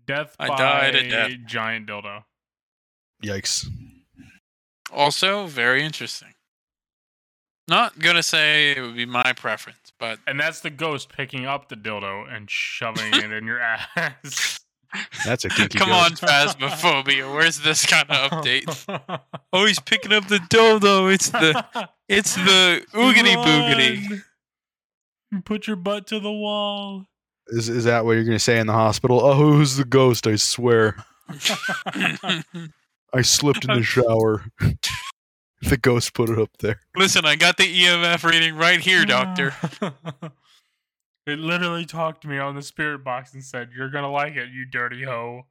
[SPEAKER 1] Death
[SPEAKER 3] I
[SPEAKER 1] by
[SPEAKER 3] died a death.
[SPEAKER 1] giant dildo.
[SPEAKER 2] Yikes.
[SPEAKER 3] Also, very interesting. Not gonna say it would be my preference, but
[SPEAKER 1] And that's the ghost picking up the dildo and shoving it in your ass.
[SPEAKER 2] That's a kinky
[SPEAKER 3] come
[SPEAKER 2] ghost.
[SPEAKER 3] on, phasmophobia. Where's this kind of Uh, update? Oh, he's picking up the dildo. It's the it's the oogity boogity.
[SPEAKER 1] boogity. Put your butt to the wall.
[SPEAKER 2] Is is that what you're gonna say in the hospital? Oh, who's the ghost? I swear, I slipped in the shower. the ghost put it up there.
[SPEAKER 3] Listen, I got the EMF reading right here, doctor.
[SPEAKER 1] it literally talked to me on the spirit box and said, "You're gonna like it, you dirty hoe."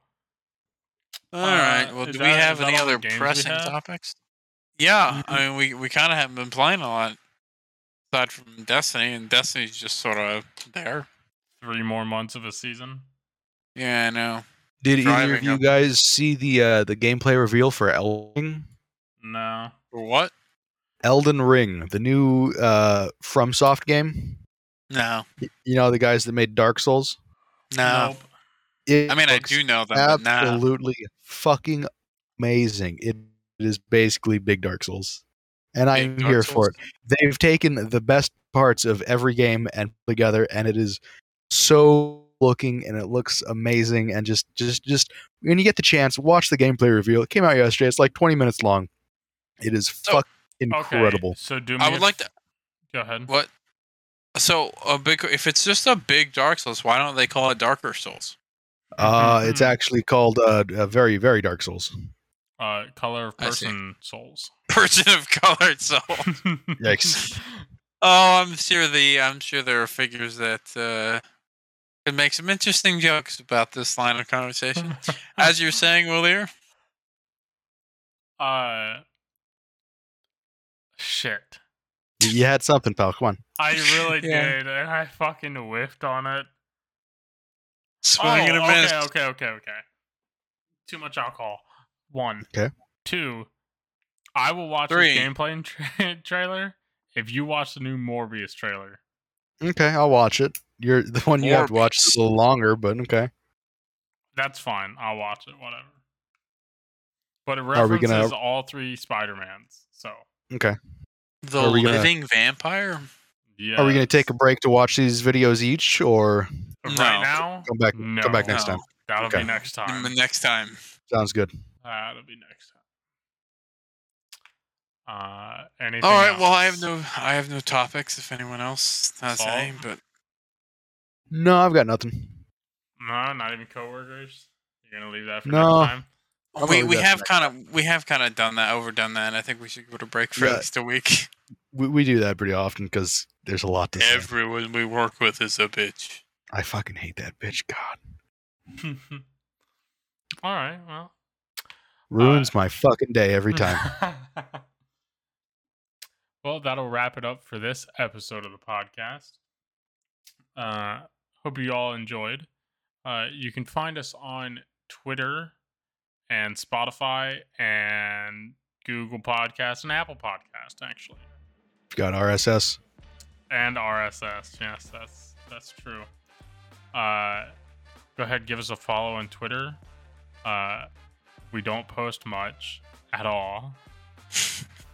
[SPEAKER 3] All right.
[SPEAKER 1] Uh,
[SPEAKER 3] Well,
[SPEAKER 1] is
[SPEAKER 3] do we
[SPEAKER 1] that-
[SPEAKER 3] have
[SPEAKER 1] is that
[SPEAKER 3] any
[SPEAKER 1] all the
[SPEAKER 3] other
[SPEAKER 1] games we
[SPEAKER 3] pressing
[SPEAKER 1] have? Mm-hmm.
[SPEAKER 3] topics? Yeah, I mean, we we kind of haven't been playing a lot aside from Destiny, and Destiny's just sort of there.
[SPEAKER 1] Three more months of a season.
[SPEAKER 3] Yeah, I know.
[SPEAKER 2] Did either of
[SPEAKER 3] Driving
[SPEAKER 2] you
[SPEAKER 3] up.
[SPEAKER 2] guys see the uh, the gameplay reveal for Elden
[SPEAKER 1] No.
[SPEAKER 3] For what?
[SPEAKER 2] Elden Ring, the new uh, FromSoft game?
[SPEAKER 3] No,
[SPEAKER 2] Y- You know the guys that made Dark Souls.
[SPEAKER 3] no.
[SPEAKER 1] Nope.
[SPEAKER 2] It
[SPEAKER 3] I mean, I
[SPEAKER 2] looks
[SPEAKER 3] do know them, but nah.
[SPEAKER 2] absolutely fucking amazing. It is basically Big Dark Souls, and I'm
[SPEAKER 3] Big Dark
[SPEAKER 2] here for
[SPEAKER 3] Souls?
[SPEAKER 2] it. They've taken the best parts of every game and put together, and it is so looking and it looks amazing. And just, just, just when you get the chance, watch the gameplay reveal. It came out yesterday. It's like 20 minutes long. It is
[SPEAKER 3] So- Mm-hmm,
[SPEAKER 2] fuck
[SPEAKER 1] Okay.
[SPEAKER 2] incredible.
[SPEAKER 1] So do me.
[SPEAKER 3] I would like to.
[SPEAKER 1] Go ahead.
[SPEAKER 3] What? So a big. If it's just a big Dark Souls, why don't they call it Darker Souls?
[SPEAKER 2] Uh, it's
[SPEAKER 3] mm-hmm.
[SPEAKER 2] actually called uh, uh, very, very Dark Souls.
[SPEAKER 1] Uh, color of
[SPEAKER 3] I see.
[SPEAKER 1] person souls.
[SPEAKER 3] Person of colored soul.
[SPEAKER 2] Yikes.
[SPEAKER 3] Oh, I'm sure the I'm sure there are figures that uh, could make some interesting jokes about this line of conversation. as you're saying earlier.
[SPEAKER 1] uh. Shit.
[SPEAKER 2] You- You had something, pal. Come on.
[SPEAKER 1] I really
[SPEAKER 3] Yeah.
[SPEAKER 1] did, and I fucking whiffed on it. Oh,
[SPEAKER 3] Swing and a miss.
[SPEAKER 1] Okay, okay, okay, okay. Too much alcohol. One.
[SPEAKER 2] Okay.
[SPEAKER 1] Two. I will watch the
[SPEAKER 3] Three.
[SPEAKER 1] gameplay and tra- trailer if you watch the new Morbius trailer.
[SPEAKER 2] Okay, I'll watch it. You're the one you have to watch is a
[SPEAKER 3] Morbius.
[SPEAKER 2] little longer, but okay.
[SPEAKER 1] That's fine. I'll watch it. Whatever. But it
[SPEAKER 2] Are we
[SPEAKER 1] references
[SPEAKER 2] gonna-
[SPEAKER 1] all three Spider Mans. So
[SPEAKER 2] Okay.
[SPEAKER 3] The
[SPEAKER 2] Are we gonna-
[SPEAKER 3] living vampire.
[SPEAKER 1] Yeah.
[SPEAKER 2] Are we going to take a break to watch these videos each, or
[SPEAKER 1] right
[SPEAKER 3] No.
[SPEAKER 1] now?
[SPEAKER 2] come back?
[SPEAKER 1] No.
[SPEAKER 2] Come back next
[SPEAKER 3] No.
[SPEAKER 2] time.
[SPEAKER 1] That'll
[SPEAKER 2] Okay.
[SPEAKER 1] be next time.
[SPEAKER 3] Next time.
[SPEAKER 2] Sounds good.
[SPEAKER 1] That'll be next time. Uh, anything?
[SPEAKER 3] All right. Well, I
[SPEAKER 1] else?
[SPEAKER 3] have no, I have no topics. If anyone else has
[SPEAKER 1] Saul?
[SPEAKER 3] any, but
[SPEAKER 2] No, I've got nothing.
[SPEAKER 1] No, not even coworkers. You're gonna leave that for
[SPEAKER 2] No.
[SPEAKER 1] next time.
[SPEAKER 2] I'll
[SPEAKER 3] we,
[SPEAKER 2] probably
[SPEAKER 3] we
[SPEAKER 2] do that
[SPEAKER 3] have
[SPEAKER 2] next
[SPEAKER 3] kind of we have kind of done that, overdone that. And I think we should go to break for
[SPEAKER 2] Yeah.
[SPEAKER 3] at least a week.
[SPEAKER 2] We, we do that pretty often because there's a lot to say.
[SPEAKER 3] Everyone we work with is a bitch.
[SPEAKER 2] I fucking hate that bitch. God,
[SPEAKER 1] All right. Well.
[SPEAKER 2] ruins my fucking day every time.
[SPEAKER 1] well, that'll wrap it up for this episode of the podcast. Uh, hope you all enjoyed. Uh, you can find us on Twitter and Spotify and Google Podcast and Apple Podcast, actually,
[SPEAKER 2] got RSS.
[SPEAKER 1] and RSS. Yes, that's that's true. Uh, go ahead, give us a follow on Twitter. Uh, we don't post much at all.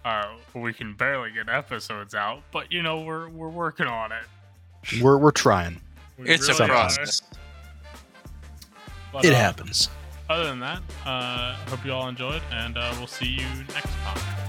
[SPEAKER 1] Uh, we can barely get episodes out, but you know we're we're working on it.
[SPEAKER 2] We're we're trying.
[SPEAKER 1] We
[SPEAKER 3] It's a
[SPEAKER 1] really are.
[SPEAKER 3] process.
[SPEAKER 1] But,
[SPEAKER 2] It
[SPEAKER 1] uh,
[SPEAKER 2] happens.
[SPEAKER 1] Other than that, uh, hope you all enjoyed, and uh, we'll see you next time.